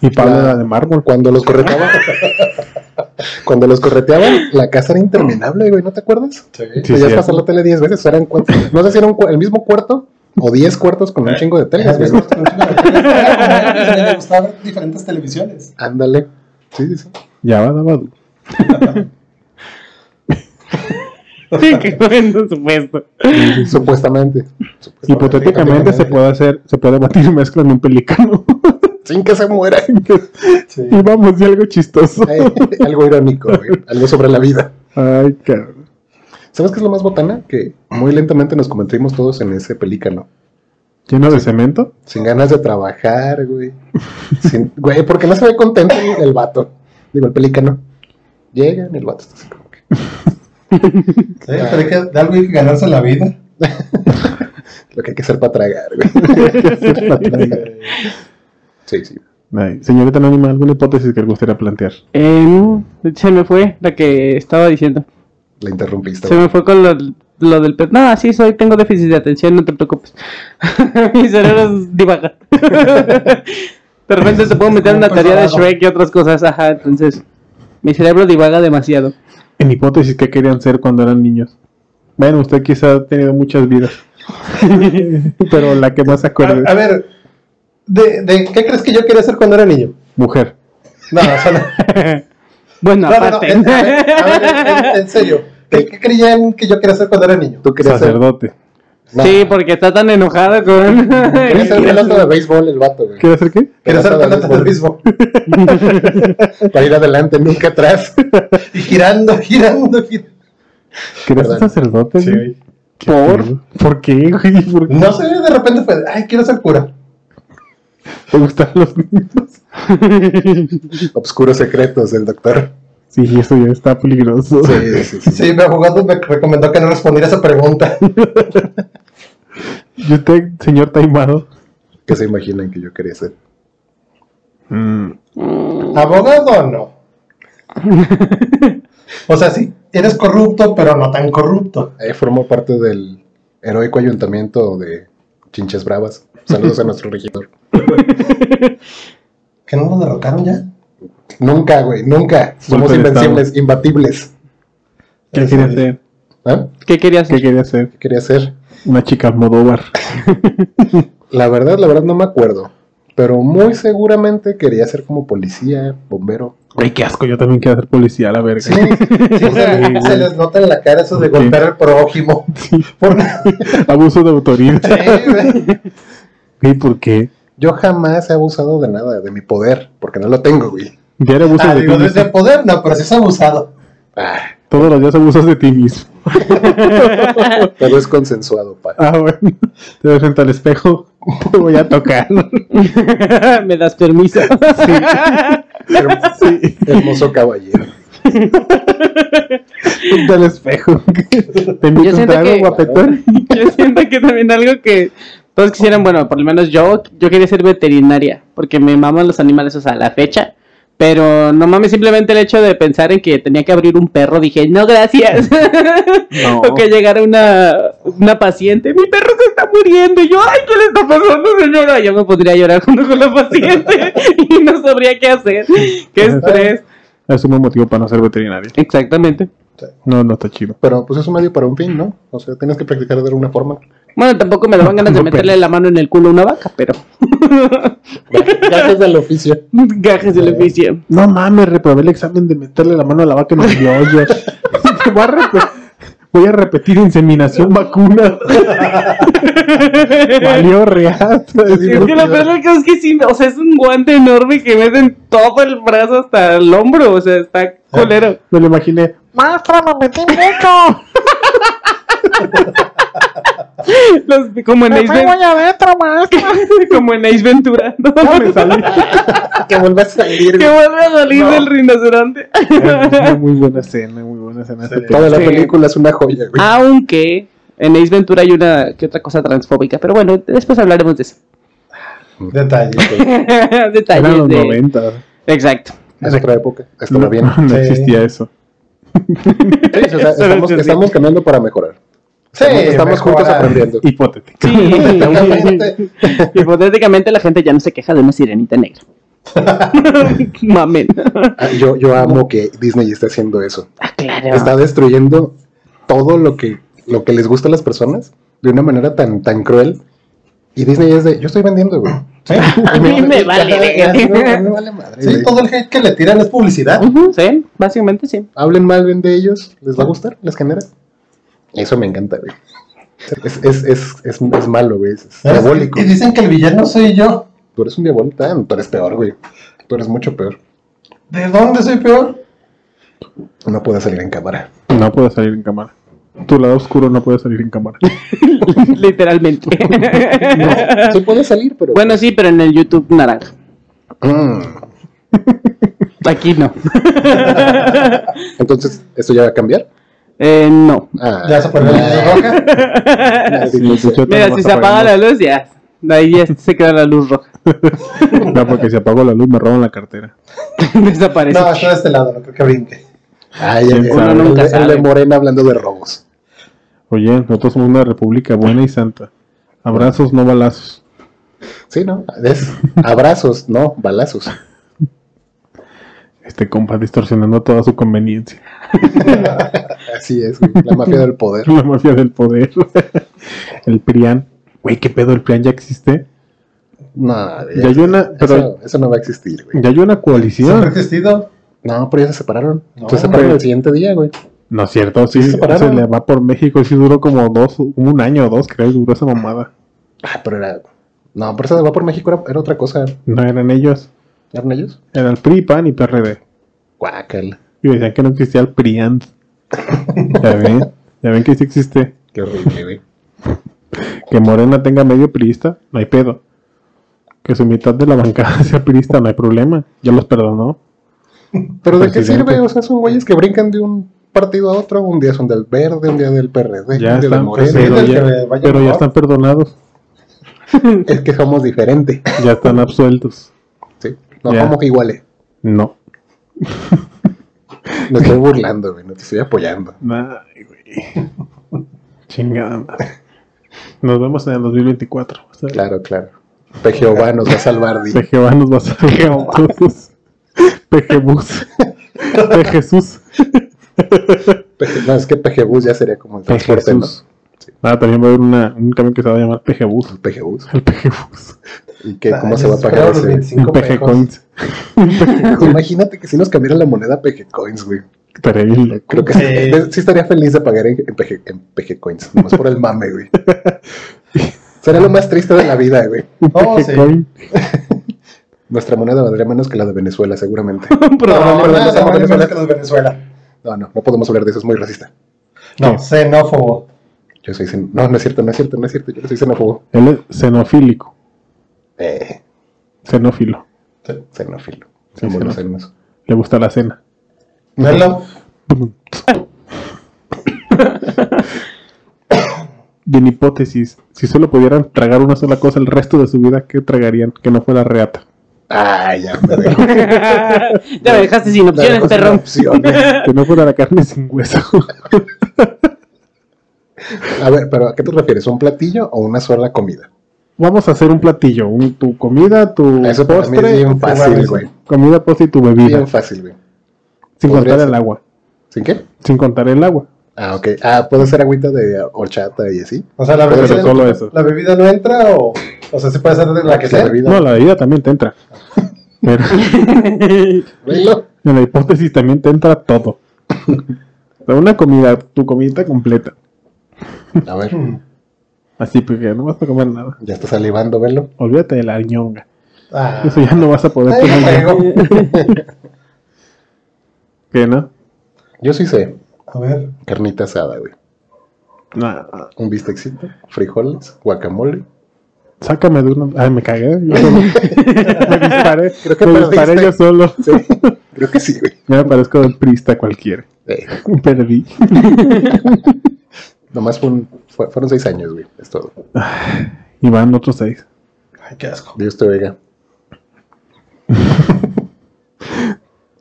Y Pablo
La-
era de mármol.
Cuando los correteaban, cuando los correteaban, la casa era interminable, güey, ¿no te acuerdas?
Sí,
Podías
cierto.
pasar la tele 10 veces, eran cuatro. No sé si era un cu- el mismo cuarto o 10 cuartos con un chingo de teles, güey.
Pues Me gustaba ver diferentes televisiones.
Ándale. Sí, sí, sí.
Ya va, daba
Pues,
du-
Sí, *laughs* que bueno, supuesto.
Supuestamente. Supuestamente.
Hipotéticamente se puede hacer, se puede batir *laughs* mezcla en un pelicano. *laughs*
Sin que se muera.
Sí.
y vamos, y algo chistoso.
*laughs* Eh, algo irónico, güey. Algo sobre la vida.
Ay, cabrón.
¿Sabes qué es lo más botana? Que muy lentamente nos convertimos todos en ese pelícano.
¿Lleno de cemento?
Sin ganas de trabajar, güey. Sin- güey, porque no se ve contento el- el vato. Digo, el pelícano. Llegan, el vato está así como que.
Sí, pero hay que, de algo hay que ganarse la vida.
Lo que hay que hacer para tragar, güey. *laughs* Sí, sí.
*laughs* Ay, señorita Anónima, ¿alguna hipótesis que le gustaría plantear?
Eh, no, se me fue la que estaba diciendo.
La interrumpiste,
Se
güey.
me fue con lo, lo del pez. No, sí, soy, tengo déficit de atención, no te preocupes. *laughs* Mi cerebro es divaga. *laughs* De repente se puedo meter en una tarea de Shrek y otras cosas. Ajá, entonces mi cerebro divaga demasiado.
En hipótesis, ¿qué querían ser cuando eran niños? Bueno, usted quizá ha tenido muchas vidas.
*laughs*
Pero la que más se acuerda
A, a
es
ver, ¿de, de qué crees que yo quería ser cuando era niño?
mujer.
No, o sea, no.
Bueno,
No, no, no,
aparte.
en, a ver, a ver, en- en serio, ¿de qué creían que yo quería ser cuando era niño?
¿Tú querías ser,
Sacerdote.
no,
*laughs* Sí, porque está tan enojado
*laughs*
con.
querías ser pelota de béisbol el vato, güey.
¿Quiere hacer
*laughs*
qué?
Quería ser
Pelota de
pelota de béisbol.
Para ir adelante, nunca atrás.
Y girando, *laughs* girando, girando.
¿Quiere ser
Perdón.
sacerdote?
Sí,
güey?
güey.
¿Qué pedo? ¿Por qué, güey? ¿Por qué
No sé, de repente fue, ay, quiero ser cura.
te gustan los niños?
Obscuros secretos del doctor.
Sí, eso ya está peligroso.
Sí, sí, sí.
Sí, mi abogado me recomendó que no respondiera esa pregunta.
¿Y usted, señor Taimado?
¿Qué se imaginan que yo quería ser?
Mm,
¿Abogado o no? O sea, sí, eres corrupto, pero no tan corrupto.
Eh, formó parte del heroico ayuntamiento de Chinches Bravas.
*laughs*
Saludos a nuestro regidor.
¿Que no lo derrocaron ya?
Nunca, güey, nunca. Somos
Golpe de
invencibles, imbatibles.
¿Qué quería hacer?
¿Ah?
¿Qué querías
¿Qué quería hacer?
¿Qué quería hacer?
Una chica Almodóvar.
La verdad, la verdad no me acuerdo. Pero muy seguramente quería ser como policía, bombero.
Güey, qué asco, yo también quiero ser policía, la verga.
*laughs* Sí,
*laughs*
sí, se, se les nota en la cara eso de golpear al prójimo. Por-
*laughs* Abuso de autoridad. ¿Y por qué?
Yo jamás he abusado de nada, de mi poder, porque no lo tengo, güey.
Ya era abuso
Ah,
de ti
digo, desde
mismo.
poder, no, pero sí es abusado.
Ah,
Todos los días abusas de ti mismo.
pero es consensuado,
*laughs*
pa.
Ah, bueno. Te ves frente al espejo. *laughs* Te voy a tocar.
*laughs* Me das permiso.
Herm-
Sí.
Hermoso caballero.
Frente al espejo. Te
Yo
invito un
siento
trago,
que-
guapetón.
*laughs* yo siento que también algo que todos quisieran, bueno, por lo menos yo, yo quería ser veterinaria, porque me maman los animales, o sea, a la fecha. Pero no mames, simplemente el hecho de pensar en que tenía que abrir un perro, dije, no, gracias.
No.
*laughs* o que llegara una, una paciente, mi perro se está muriendo. Y yo, ay, ¿qué le está pasando, señora? Yo me podría llorar junto con la paciente *laughs* y no sabría qué hacer. Qué estrés.
Es un buen motivo para no ser veterinario.
Exactamente.
No, no está chido.
Pero pues es un medio para un fin, ¿no? O sea, tienes que practicar de alguna forma.
Bueno, tampoco me daban ganas de
No,
meterle
pero-
la mano en el culo a una vaca, pero *laughs*
Gracias al oficio.
gajes del oficio.
No mames, reprobé el examen de meterle la mano a la vaca en el hoyo. *laughs* voy, a repe- voy a repetir inseminación vacuna. *laughs* Valió real.
Es que la verdad es que sí, o sea, es un guante enorme que meten todo el brazo hasta el hombro, o sea, está colero.
Me lo imaginé. ¡Maestra, me metí mucho!
Los- como, en
¡Me
Ace
fui muy
Ventura,
adentro, maestra!
*laughs* como en Ace Ventura, ¿no?
Ya me salí.
Que vuelva a salir.
Que vuelve a salir del rinoceronte.
Una muy buena escena, muy buena escena.
Sí.
Toda la
Sí.
película es una joya,
*laughs*
güey.
Aunque en Ace Ventura hay una que otra cosa transfóbica, pero bueno, después hablaremos de eso.
Detalle.
Eran
*laughs* Detalles
los
de...
90.
Exacto.
Es otra época. Estaba
No,
bien.
*laughs*
no
Sí.
existía eso.
Sí, o sea, estamos, estamos cambiando para mejorar.
Sí,
estamos estamos
mejora.
juntos aprendiendo.
Hipotético.
Sí.
Exactamente.
*laughs* Hipotéticamente la gente ya no se queja de una sirenita *laughs* negra. Mamen.
Ah, Yo, yo amo que Disney esté haciendo eso.
Ah, claro.
Está destruyendo todo lo que, lo que les gusta a las personas de una manera tan, tan cruel. Y Disney es de, yo estoy vendiendo, güey. *laughs*
Sí,
A mí me vale,
Ya, ya,
verga.
no, no vale madre,
Sí,
güey.
todo el hate que le tiran es publicidad.
Ujú, Sí, básicamente sí. *laughs*
hablen mal bien de ellos, les va a gustar, les genera. Eso me encanta, güey. Es, es, es, es, es malo, güey. Es
¿Sabes?
diabólico.
Y dicen que el villano soy yo.
Tú eres un diabólico. Ah, no, tú eres peor, güey. Tú eres mucho peor.
¿De dónde soy peor?
No puedes salir en cámara.
No puede salir en cámara. Tu lado oscuro no puede salir en cámara.
Literalmente. *laughs*
Sí puedes salir, pero.
bueno, sí, pero en el YouTube naranja.
Mm.
Aquí no.
Entonces, ¿esto ya va a cambiar?
Eh, no.
Ah,
Ya se pone la luz roja.
ah, sí,
Sí,
sí.
yo
Mira,
tampoco
si se apaga la luz, ya. Ahí ya se queda la luz roja. *laughs*
No, porque si apago la luz me roban la cartera.
Desaparece.
No, está de este lado, no creo que brinque.
Ah, ya,
Uno
ya, el
nunca
de- el de
sabe.
Morena hablando de robos.
Oye, nosotros somos una república buena y santa. Abrazos, no balazos.
Sí, ¿no? Es abrazos, no, balazos.
Este compa distorsionando toda su conveniencia. *laughs*
Así es, güey. La mafia del poder.
La mafia del poder. *laughs* El PRIAN. Güey, ¿qué pedo? ¿El PRIAN ya existe?
No,
Ya hay una- pero-
eso, eso no va a existir, güey.
Ya hay una
¿Siempre ha
coalición.
existido?
No, pero ya se separaron.
No,
se separaron
güey.
el siguiente día, güey.
No es cierto, sí.
¿Se
Se,
separaron?
le va por México. Sí duró como dos, un año o dos, creo. Duró esa mamada.
Ah, pero era. No, pero esa de va por México era, era otra cosa.
No eran ellos.
¿Eran ellos?
Eran el PRI, PAN y PRD.
Guácala.
Y decían que no existía el PRIAN. Ya ven. Ya ven que sí existe.
Qué horrible, güey.
Que Morena tenga medio priista, no hay pedo. Que su mitad de la bancada *laughs* sea priista, no hay problema. Ya los perdonó.
*laughs* Pero ¿de qué
Presidente.
sirve? O sea, son güeyes que brincan de un partido a otro. Un día son del verde, un día del PRD,
Ya
un día de
están,
Morena.
pero,
del que
ya,
vaya
pero ya
mejor.
están perdonados.
*laughs* Es que somos diferentes.
Ya están absueltos.
Sí. No
Ya.
somos iguales.
No.
Me estoy burlando, güey. No te estoy apoyando.
Ay, güey. Chingada madre. Nos vemos en el 2024. O sea,
Claro, claro. Pe Jehová nos va
*laughs*
a salvar, di.
Jehová nos va a salvar a todos. Pejebus. Pejesús.
Pe- No, es que Pejebus ya sería como el transporte, ¿no?
Pejesús. Ah, también va a haber una, un camión que se va a llamar Pejebus.
El Pejebus.
El Pejebus.
¿Y qué,
Ah,
cómo
yo
se va a
espero
pagar
los
ese?
25
Peje
pejos.
Coins.
*laughs* Imagínate que si nos cambiara la moneda a Pejecoins, güey.
Estaría bien loco.
Creo que
Sí.
sí, sí estaría feliz de pagar en, en, Peje, en Pejecoins. Nomás por el mame,
*laughs*
güey. Será lo más triste de la vida, güey.
Un
Oh, sí.
Pejecoin.
Nuestra moneda valdría menos que la de Venezuela, seguramente.
No,
*laughs* Probablemente.
pero no
nada,
somos
vale
Venezuela.
menos que los Venezuela.
No, no, no podemos hablar de eso, es muy racista.
No, xenófobo.
Yo soy xen... No, no es cierto, no es cierto, no es cierto. Yo soy xenófobo.
Él es xenofílico.
Eh,
Xenófilo.
xenófilo.
Sí,
Somos los
xenófilo.
xenos.
Le gusta la cena.
Velo.
Y en hipótesis, si solo pudieran tragar una sola cosa el resto de su vida, ¿qué tragarían? Que no fuera reata.
Ay, ya me dejó.
ya me dejaste sin opciones,
Dale,
perro.
opción, güey.
Que no fuera la carne sin hueso.
A ver, pero ¿a qué te refieres? ¿Un platillo o una sola comida?
*laughs* Vamos a hacer un platillo. un- tu comida, tu
Eso para mí es
postre.
bien fácil,
mames.
güey.
Comida, postre y tu bebida.
Bien fácil, güey.
Sin
podría
contar
ser.
el agua.
¿Sin qué?
Sin contar el agua.
Ah, ok. Ah, puede ser agüita de horchata y así.
O sea, la
Pero
bebida,
solo eso.
la bebida no entra o. O sea, sí puede ser de la que
La
sea.
bebida.
No, la bebida también te entra.
*laughs*
Pero
Velo.
en la hipótesis también te entra todo. O sea, Una comida, tu comidita completa.
A ver,
Hmm.
Así, porque no vas a comer nada.
ya está salivando, velo.
Olvídate de la ñonga.
Ah.
Eso ya no vas a poder
Ahí
comer.
lo traigo.
¿Qué, no?
Yo sí sé.
A ver.
Carnita asada, güey.
No,
Un bistecito, frijoles, guacamole.
sácame de una. Ay, me cagué. Yo
*laughs*
solo. me disparé.
Creo que
me
perdiste.
disparé yo solo.
Sí, creo que sí, güey.
Ya me parezco un prista cualquiera.
Eh,
*laughs* Perdí.
nomás fue un- fue- fueron seis años, güey. Es todo.
Y van otros seis.
Ay, qué asco.
Dios te oiga.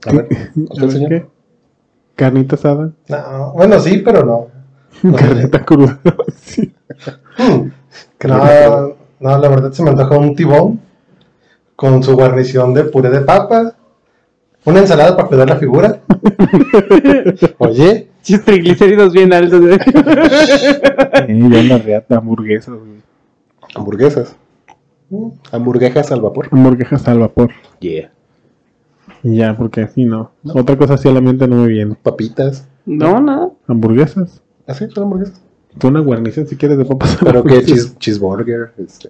A ver, usted, señor.
¿Qué? Carnita
*laughs*
asada.
No, bueno, sí, pero no. No sé.
Carnita cruda. *laughs* sí.
Hmm.
Que no me acuerdo.
No, no, la verdad se me antoja un tibón con su guarnición de puré de papa, una ensalada para cuidar la figura. Oye,
*laughs* Chis triglicéridos bien *laughs* altos. güey.
Sí, ya en la reata, hamburguesas, güey.
Hamburguesas. Hamburguesas al vapor.
Hamburguesas al vapor.
Yeah.
Y ya, porque así no.
No.
Otra cosa así a la mente no me viene.
Papitas.
No, nada.
Hamburguesas.
Así son hamburguesas.
Tú una guarnición si quieres de papas.
Pero que
hamburguesas.
cheese- cheeseburger. Este,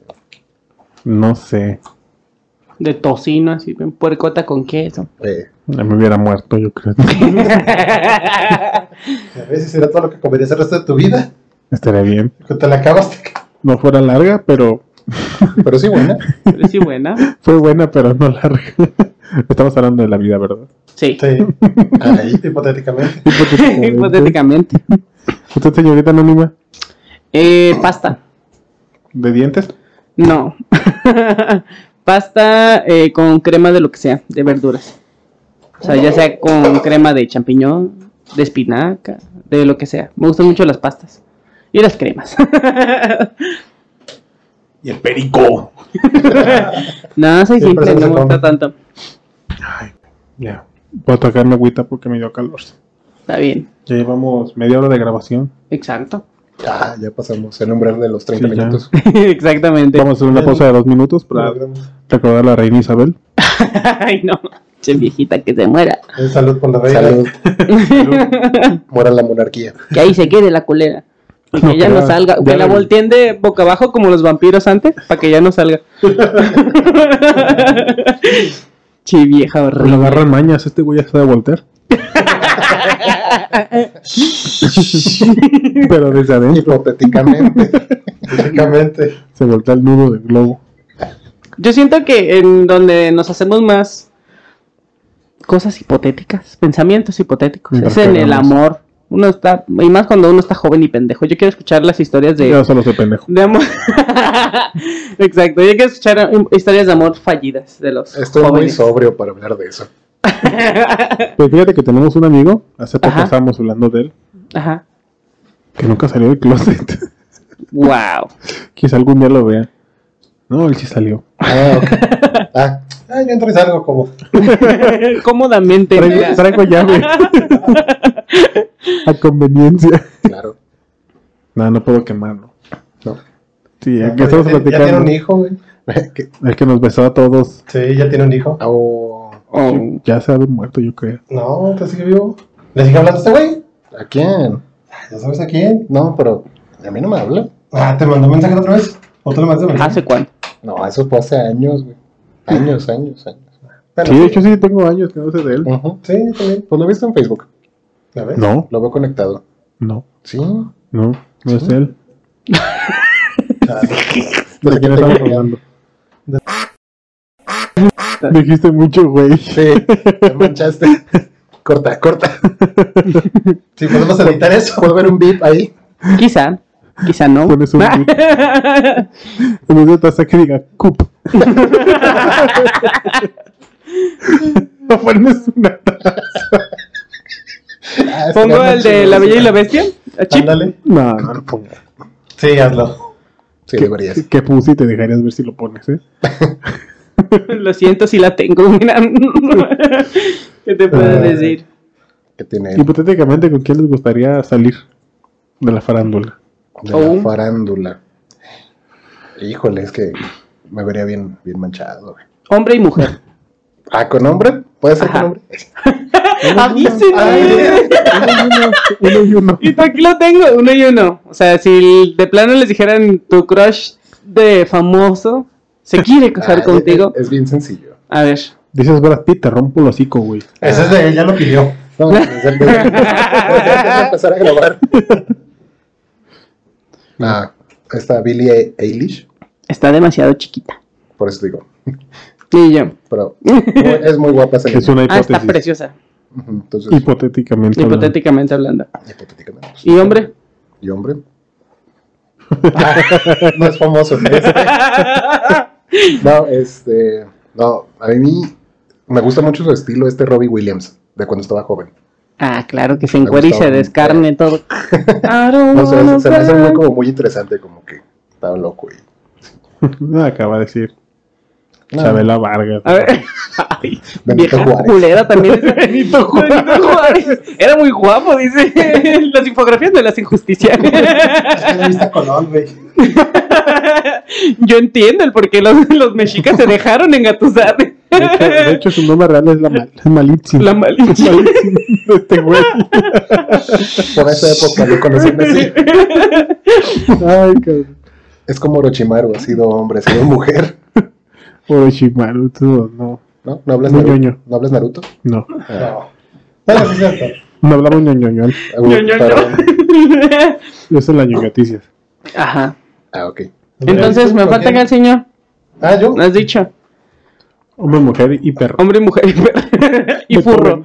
No sé.
De tocino, así, bien puercota con *laughs* queso.
eh,
Ya Me hubiera muerto, yo creo. *laughs*
a veces será todo lo que comerías el resto de tu vida.
Estaría bien.
Que te la acabas. te-
No fuera larga, pero
pero sí, buena.
Pero sí, buena.
Fue buena, pero no larga. *laughs* Estamos hablando de la vida,
*laughs*
¿verdad?
Sí.
*laughs* Sí,
Ahí.
*laughs*
hipotéticamente.
*laughs*
Pues
Hipotéticamente.
¿Usted, señorita anónima?
Eh, pasta.
¿De dientes?
No. *laughs* Pasta eh, con crema de lo que sea, de verduras. O sea, ya sea con crema de champiñón, de espinaca, de lo que sea. Me gustan mucho las pastas. Y las cremas.
*laughs* Y el perico.
*laughs* no, soy
Siempre
simple,
se
no me
come.
gusta tanto.
Ya. Voy a tocarme agüita porque me dio calor.
Está bien.
Ya llevamos media hora de grabación.
Exacto. *laughs*
Ya, ya pasamos el umbral de los 30
Sí, ya.
minutos.
Exactamente.
Vamos a hacer una pausa de dos minutos para recordar a la reina *laughs* Isabel.
*laughs* Ay, no. Che viejita que se muera.
Eh, Salud por la reina.
Salud. Mora la monarquía.
Que ahí se quede la colera. Y que
No,
ya no
ya-
salga.
ya
Que la
la vi.
volteen de boca abajo como los vampiros antes, para que ya no salga. che vieja
Lo
horrible.
agarran mañas, este güey ya sabe voltear. *laughs* pero desde adentro
Hipotéticamente.
Hipotéticamente.
se voltea el nudo del globo.
Yo siento que en donde nos hacemos más cosas hipotéticas, pensamientos hipotéticos, es en el
Intercambiamos.
amor. Uno está, y más cuando uno está joven y pendejo. Yo quiero escuchar las historias de,
Ya solo se pendejo.
de amor. *laughs* Exacto, yo quiero escuchar eh, historias de amor fallidas de los
Estoy muy
jóvenes.
sobrio para hablar de eso.
Pues fíjate que tenemos un amigo, hace poco
Ajá.
estábamos hablando de él,
Ajá.
que nunca salió del closet. *laughs*
Wow.
Quizá algún día lo vea. No, él sí salió.
Ah, ok.
Ah,
Ah, yo entro y salgo como.
Cómodamente.
Traigo, traigo
*laughs*
llave. A conveniencia.
*laughs* claro.
No, no puedo quemarlo.
No.
Sí,
Ya,
el que estamos
ya- ya tiene un
platicando.
hijo, güey.
Que-
El que nos besó a todos.
Sí, ya tiene un hijo.
au,
Oh.
Ya se ha de muerto, yo creo.
No, te sigue vivo. ¿Le sigue hablando a este güey?
¿A quién?
¿Ya sabes a quién?
No, pero a mí no me habla.
Ah, ¿te mandó mensaje la otra vez? ¿O tú le mandaste mensaje?
¿Hace cuánto?
No, eso fue hace años, güey. Años, años, años.
Bueno,
Sí, de hecho sí, tengo años que no sé de él.
Ujú.
Sí, yo también.
Pues lo he visto en Facebook.
¿La ves?
No,
Lo veo conectado.
no,
Sí. No
no, no es
*laughs*
él.
Chale.
¿De quién estamos hablando? Dijiste mucho, güey.
*laughs*
Sí, te manchaste. corta, corta.
Sí, podemos editar eso.
¿Puedo ver un beep ahí?
Quizá. Quizá no. Ah,
Pones
*laughs*
un beep. En vez de taza que diga cup.
*laughs*
No pones una taza.
Ah,
Pongo
estaría
el de La
chido,
Bella y
sí.
la Bestia. a Chip.
Ándale.
No, no lo pongas.
Sí, hazlo.
Sí, deberías.
Que pussy te dejarías ver si lo pones, ¿eh?
*laughs* Lo siento si la tengo. Mira. *laughs* ¿Qué te puedo
Ay.
decir?
Que tiene
Eh,
de
Hipotéticamente, ¿con quién les gustaría salir de la farándula?
la
Oh.
farándula. Híjole, es que me vería bien, bien manchado, güey.
Hombre y mujer.
Ah, ¿con hombre? ¿Puede ser
Ajá.
con hombre?
Avísenme.
Uno y uno, uno y uno.
*laughs* Y tú aquí lo tengo, uno y uno. O sea, si de plano les dijeran tu crush de famoso se quiere casar
Ah,
contigo.
Es, es bien sencillo.
A ver.
Dices, Brad Pitt, te rompo el hocico, güey.
Ese es de él, ya lo pidió.
No, desde el- desde antes de empezar
*laughs*
a grabar. Ah, está Billie Eilish,
Está demasiado chiquita.
por eso digo.
Y yo. *laughs*
Pero muy- es muy guapa esa
Que es
niña.
una
Ah, está
hipótesis.
preciosa.
Ujú, Entonces,
Hipotéticamente. hablando.
Hipotéticamente hablando.
hipotéticamente. pues,
¿Y hombre?
*laughs*
¿Y hombre? *laughs* Ah, no es famoso.
*laughs*
Este, no, este. No, a mí me gusta mucho su estilo, este Robbie Williams, de cuando estaba joven.
Ah, claro, que se
Me
encuere y se
gustaba. *laughs*
descarne todo. I don't
No sé,
wanna
se, se me hace muy,
cry.
como muy interesante, como que estaba loco. Y,
No, Ah, acaba de decir
No,
Chabela Vargas.
A ver.
*laughs*
Ay, *laughs*
Benito
vieja
Juárez.
culera
*laughs*
también. Benito Juárez. Era muy guapo, dice.
*laughs*
Las infografías de las injusticias.
Es que vista Colón, güey.
Yo entiendo el por qué los, los mexicas se dejaron engatusar.
De hecho, de hecho, su nombre real es la, mal, Malitzi.
La Malitzi.
Malitzi de este güey.
Por esa época lo
*laughs*
conocían así.
Ay, cabrón.
Es como Orochimaru, ha sido hombre, ha sido mujer.
Orochimaru, tú, no.
¿No? ¿No hablas
Muy
Naruto?
ñoño.
¿No hablas Naruto?
No.
Ah,
No. Bueno, sí es cierto.
No hablamos ñoñoñón.
Yo, yo, yo.
perdón.
Yo soy la ñoñaticias.
*laughs* Ajá.
Ah, ok.
Entonces, me falta que el señor.
Ah, yo.
¿No has dicho?
Hombre, mujer y perro.
Hombre y mujer. y perro, *laughs* Y furro.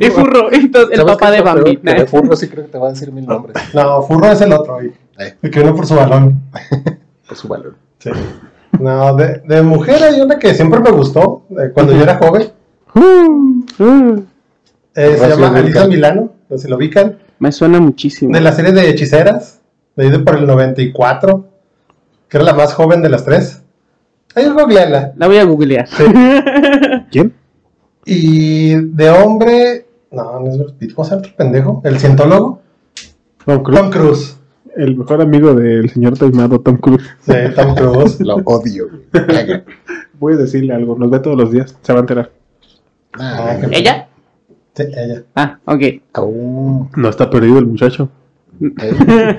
Y furro. Entonces, el
¿Sabes
papá
qué
de
es lo
Bambi.
peor? Que de furro sí creo que te va a decir mil nombres.
No, Furro es el otro, güey.
Eh.
El que vino por su balón.
Por su valor.
Sí. No, de, de mujer hay una que siempre me gustó eh, cuando yo era joven.
Uh, uh.
Eh, se
Rocío
llama
Durcal.
Alisa Milano, no sé si lo ubican.
Me suena muchísimo.
De la serie de Hechiceras, de ahí de por el 94, que era la más joven de las tres. Ahí googleala.
La voy a googlear.
¿Quién?
Y de hombre, no, no es Brad Pitt, ¿cómo se llama otro pendejo? El cientólogo,
Tom Cruise.
Tom Cruise.
El mejor amigo del señor taimado, Tom Cruise.
Sí, Tom *laughs* Cruise.
*laughs* Lo odio. güey. Caga.
Voy a decirle algo. Nos ve todos los días. Se va a enterar.
Ah,
qué-
¿Ella?
Sí, ella.
Ah, ok.
aún,
No está perdido el muchacho.
eh,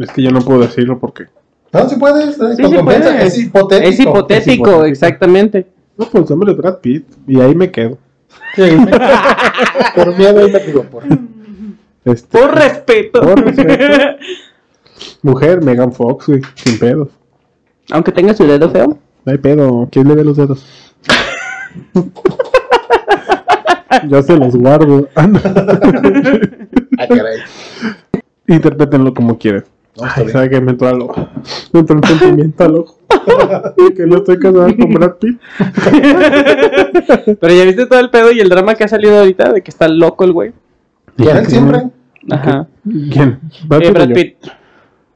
Es que yo no puedo decirlo porque.
No, si puedes, eh,
Sí,
con
se
compensa,
puede.
es hipotético.
Es hipotético, exactamente.
No, pues hombre, Brad Pitt. Y ahí me quedo.
*laughs*
por miedo y me digo, por.
Este,
Por respeto.
Por respeto. Mujer, Megan Fox, güey. Sin pedos.
Aunque tenga su dedo feo.
No hay pedo. ¿Quién le ve los dedos?
*laughs*
Yo se los
*laughs*
guardo. Ah, no.
Ah, caray.
Interprétenlo como quieran.
No, está
Ay,
bien.
sabe que me entró al ojo. Me entró el sentimiento al
*laughs*
ojo. De que no estoy casado con Brad Pitt.
Pero ya viste todo el pedo y el drama que ha salido ahorita de que está loco el güey.
Y él siempre.
Ajá.
¿Quién? ¿Brad
Eh,
Pitt o
Brad
yo?
Pitt.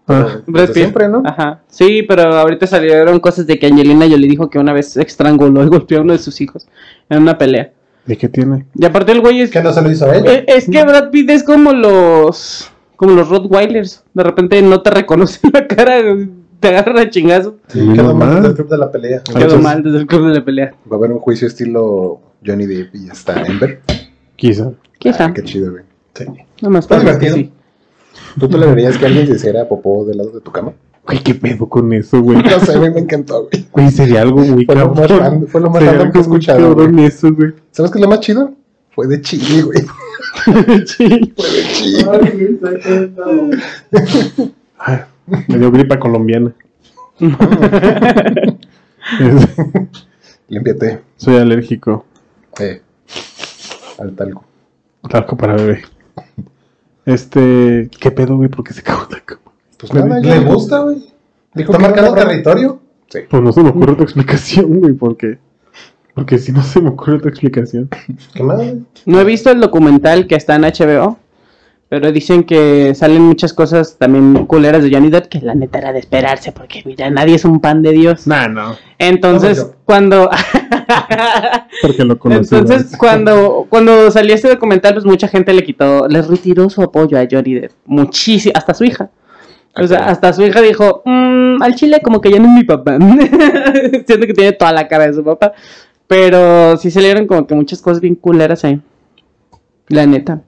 Ah,
Brad
Desde
Pitt.
siempre, ¿no?
Ajá. Sí, pero ahorita salieron cosas de que Angelina Jolie dijo que una vez estranguló y golpeó a uno de sus hijos en una pelea.
¿Y qué tiene?
Y aparte el güey es...
Que no se lo hizo a ella.
Eh, Es que Brad Pitt es como los... Como los Rottweilers. De repente no te reconocen la cara, güey. te agarran a chingazo.
Sí,
no
quedó mal
más.
desde el club de la pelea.
Ah,
Quedó
entonces-
mal desde el club de la pelea.
Va a haber un juicio estilo Johnny Depp y está Ember.
Quizá.
Quizá.
Ah, qué chido, güey.
Sí.
No más
Está
probable que
divertido.
¿Tú tolerarías que alguien se hiciera popó del lado de tu cama?
Güey, qué pedo con eso,
*laughs*
güey.
No sé, güey, me encantó, güey.
Güey, sería algo muy
Fue lo más
cabrón.
random- fue lo más
Sería
random que he
algo muy
escuchado,
cabrón eso, güey. *laughs*
¿Sabes qué es lo más chido? Fue de Chile, güey.
Sí.
Fue de Chile.
Ay, Me dio gripa colombiana.
Límpiate.
Soy alérgico.
Eh. Al talco.
Talco para bebé. Este. ¿Qué pedo, güey? ¿Por qué se cagó la cama?
Pues nada,
Le
ya.
gusta, güey.
Dijo
Está
que
marcando
era-
territorio.
Sí.
Pues no se me ocurre otra explicación, güey, porque. Porque si no se me ocurre otra explicación.
¿Qué más? güey?
No he visto el documental que está en HBO, pero dicen que salen muchas cosas también culeras de Johnny Depp que la neta era de esperarse porque mira, nadie es un pan de Dios.
Nah, no.
Entonces,
Como yo.
cuando
Porque lo conocí.
Entonces, cuando cuando salió este documental, pues mucha gente le quitó, les retiró su apoyo a Johnny Depp, muchísimo, hasta su hija. O sea, hasta su hija dijo, "Mm, al chile como que ya no es mi papá. *laughs* Siento que tiene toda la cara de su papá. Pero sí salieron como que muchas cosas bien culeras ahí. La neta.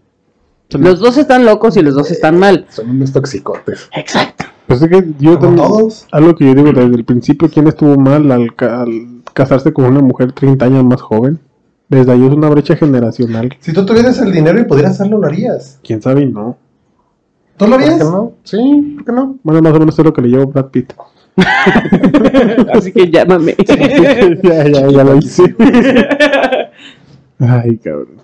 Los dos están locos y los dos están mal.
*laughs* Son unos toxicotes.
Exacto.
Pues es que yo
Como
también.
todos.
Algo que yo digo desde el principio: ¿quién estuvo mal al, ca- al casarse con una mujer 30 años más joven? Desde ahí es una brecha generacional.
Si tú tuvieras el dinero y pudieras hacerlo, lo harías.
Quién sabe y no.
¿Tú lo
¿Por qué
harías?
no? Sí, ¿por qué no?
Bueno, más o menos es lo que le llevo a Brad Pitt.
Así que llámame.
*laughs* ya, ya, ya lo hice. *laughs* Ay, cabrón.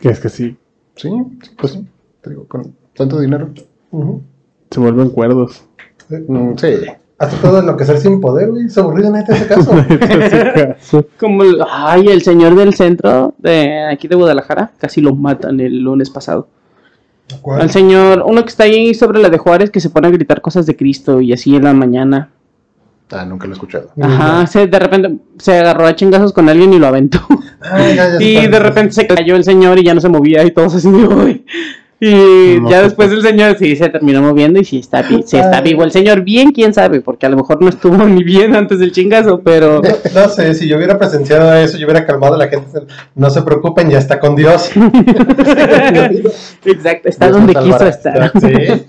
Que es que sí,
Sí, sí, pues sí. Te digo, con tanto dinero.
Ujú.
se vuelven cuerdos. *laughs*
Mm, sí.
Hasta todo enloquecer sin poder, güey. Es aburrido, neta,
*laughs*
ese caso.
*laughs*
este
Como, el- ay, el señor del centro de aquí de Guadalajara, casi lo matan el lunes pasado.
¿Cuál?
Al señor, uno que está ahí sobre la de Juárez, que se pone a gritar cosas de Cristo y así en la mañana.
Ah, nunca lo he escuchado.
Ajá, se, de repente se agarró a chingazos con alguien y
*laughs*
lo aventó.
Ah, ya, ya
Y
está.
de repente se cayó el señor y ya no se movía y todos así de "Uy". Y
No,
ya
pues,
después el señor sí se terminó moviendo y si está, vi- si está
Ay.
vivo el señor bien, quién sabe, porque a lo mejor no estuvo ni bien antes del chingazo,
*laughs*
pero...
No, no sé, si yo hubiera presenciado eso, yo hubiera calmado a la gente. No se preocupen, ya está con Dios.
Exacto, está
Dios
donde
nos
quiso
salvará.
estar.
Sí.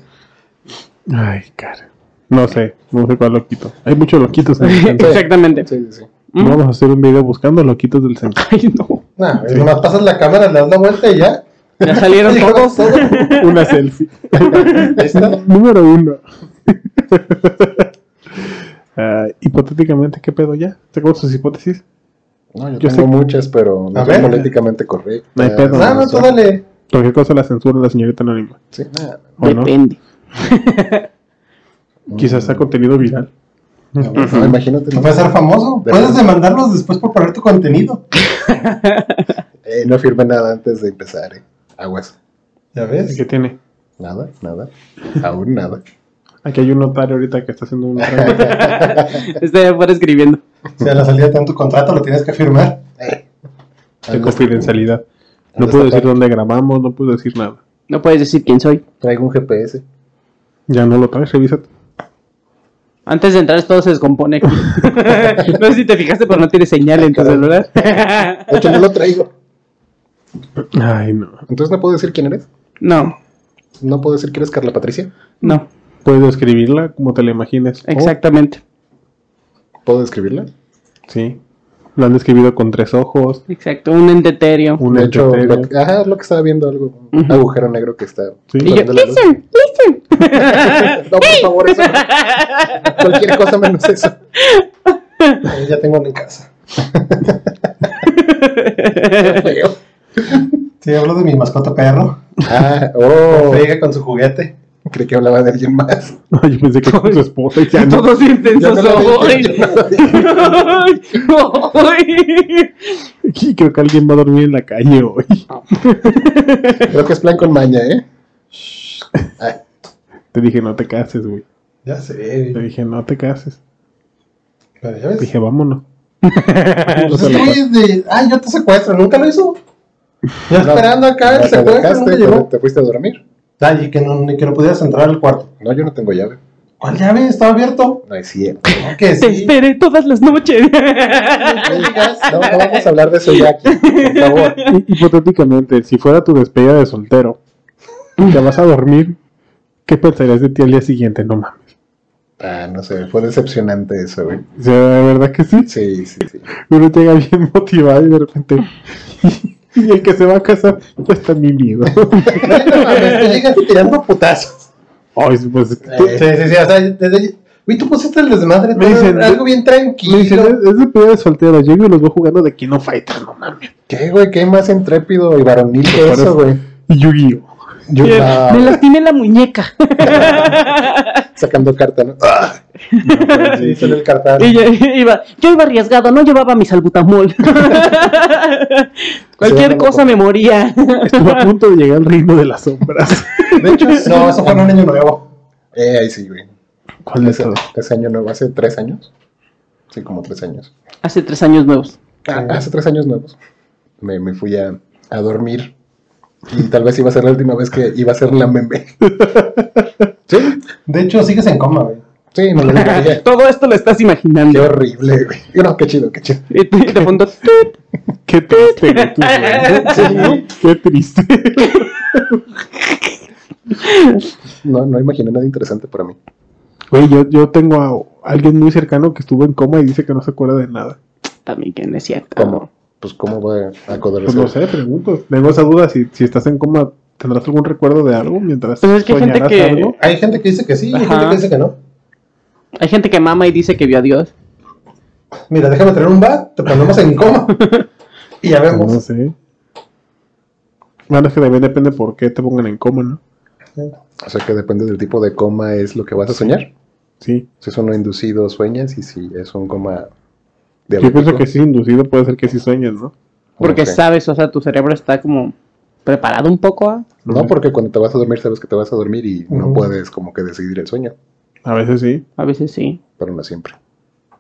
Ay, cara. No sé, no sé cuál loquito. Hay muchos loquitos *laughs* en el centro.
*laughs* Exactamente.
Sí, sí, sí.
Mm.
Vamos a hacer un video buscando loquitos del *laughs* centro.
Ay, no.
No, güey, nomás pasas la cámara, le das la vuelta y ya.
*laughs*
Ya salieron
Dijo,
todos.
todo.
Una selfie.
Ahí está.
*laughs* Número uno. Ah, hipotéticamente, ¿qué pedo ya? ¿Te acuerdas sus hipótesis?
No, yo,
Yo
tengo
sé-
muchas, pero no
A
son
ver.
políticamente Ah, correctas.
No hay pedo.
No, no, tú dale.
Cualquier cosa la censura la señorita anónima.
Sí, nada.
¿O no?
Depende.
Quizás sea contenido viral.
Mm, No,
*laughs*
no, imagínate.
No
No,
puedes ser famoso.
De
Puedes
verdad.
demandarlos después por poner tu contenido.
Eh, no firme nada antes de empezar, eh. Aguas.
¿Ya ves?
¿Qué tiene?
Nada, nada. Aún nada.
Aquí hay un notario ahorita que está haciendo
*laughs*
un trámite.
Está allá afuera Este, escribiendo.
Si a la salida te dan tu contrato, lo tienes que firmar.
de confidencialidad. No
Andas
puedo decir
tapado.
dónde grabamos, no puedo decir nada.
No puedes decir quién soy.
Traigo un GPS.
Ya no lo traes, revísate.
Antes de entrar todo se descompone. aquí. *laughs* no sé si te fijaste, pero no tiene señal en tu
Caray.
celular.
De hecho, no lo traigo.
Ay, no.
Entonces, ¿no puedo decir quién eres?
*laughs* No,
¿No puedo decir quién eres Carla Patricia?
no,
Puedes describirla como te la imagines.
exactamente.
¿Puedo describirla?
Oh, sí. La han describido con tres ojos,
Exacto, un enteterio.
un
de hecho,
entreterio.
lo que, ajá, lo que estaba viendo, algo, un
Ujú.
agujero negro que está.
Sí.
Y yo,
perdiendo la luz.
listen, listen.
No, por favor, eso no. Cualquier cosa menos eso.
Eh, ya tengo uno en casa.
Qué feo.
Sí, hablo de mi mascota perro.
Ah,
*laughs*
oh.
Friega con su juguete.
Creí que hablaba de alguien más.
*laughs* No, yo pensé que con su esposa y ya
*laughs*
no. *laughs*
Todos intensos
Ya no lo
hoy. *laughs*
dije, ya no lo dije.
Hoy.
Y creo que alguien va a dormir en la calle hoy.
Creo que es plan con maña, ¿eh? Ah, Ay,
Te dije, no te cases, güey.
Ya sé.
Te
güey.
dije, no te cases.
Pero ya
Te
ves.
dije,
*laughs*
vámonos. No
Pues
se
es
lo-
que, de- ay, yo te secuestro. Nunca lo hizo. Ya
no,
esperando acá
no
el
te
secuestro.
dejaste,
Nunca
te,
llegó.
te fuiste a dormir.
Ay, y que no, ni que no pudieras entrar al cuarto.
No, yo no tengo llave.
¿Cuál llave? Estaba abierto.
No es cierto.
Ah, Que
Te
sí.
esperé todas las noches.
No, no vamos a hablar de eso ya aquí, por favor.
*laughs* Hipotéticamente, si fuera tu despedida de soltero, te vas a dormir, ¿qué pensarías de ti al día siguiente? No mames.
Ah, no sé, fue decepcionante eso, güey.
O sea, de verdad que sí.
Sí, sí, sí.
Uno llega bien *laughs* motivado y de repente. Y el que se va a casar, ya está mi miedo. *laughs*
Tú llegaste tirando putazos.
Ay, pues,
Sí, sí, sí. O sea, desde. Uy, tú pusiste el desmadre.
Me
todo
dicen-
algo bien
me dicen,
tranquilo.
es, es despedida de soltero. Llego y los voy jugando de Kino Fighter, no mames.
¿Qué, güey? ¿Qué más intrépido y varonil que
Parece-
eso, güey?
Y Yu-Gi-Oh! ah,
Yo
Bien,
no,
Me lastimé la muñeca.
sacando carta, ¿no? ¡Ah! Sí, sale el cartán.
Y yo, iba, yo iba arriesgado, no llevaba mi *laughs* salbutamol. Cualquier cosa me moría.
Estuve a punto de llegar al reino de las sombras. *laughs*
De hecho, sí.
No, eso fue en un año nuevo.
Eh, ahí sí, güey.
¿Cuál es
Ese,
eso?
ese año nuevo, hace tres años. Sí, como tres años.
Hace tres años nuevos.
Ah, hace tres años nuevos. Me, me fui a, a dormir. Y tal vez iba a ser la última vez que iba a ser la *laughs* meme. ¿Sí?
De hecho, sigues en coma, güey.
Sí, no lo dije.
*laughs* Todo esto lo estás
Qué
imaginando.
horrible, güey. No, qué chido, qué chido.
Y te- y de fondo, tut.
Qué triste, güey, tú, güey. Qué triste.
No, no imaginé nada interesante para mí.
Güey, yo, yo tengo a alguien muy cercano que estuvo en coma y dice que no se acuerda de nada.
también que no es cierto.
¿Cómo? Pues, ¿cómo voy a acordar
Pues no sé, pregunto. Tengo esa duda. Si, si estás en coma, ¿tendrás algún recuerdo de algo mientras
Pues es que hay gente
soñarás
que-
algo?
Hay gente que dice que sí, y hay
Ajá.
gente que dice que no.
Hay gente que mama y dice que vio a Dios.
Mira, déjame tener un bat, te ponemos en coma. Y ya
Pues No
vemos.
sé. Bueno, es que también depende por qué te pongan en coma, ¿no?
O sea, que depende del tipo de coma es lo que vas a soñar.
Sí.
Si es uno inducido, sueñas. Y si es un coma
Yo
diabético.
pienso que sí, inducido puede ser que sí sueñes, ¿no?
Porque
Ok.
sabes, o sea, tu cerebro está como preparado un poco a...
No, porque cuando te vas a dormir sabes que te vas a dormir y no
Ujú.
puedes como que decidir el sueño.
A veces sí,
A veces sí.
Pero no siempre.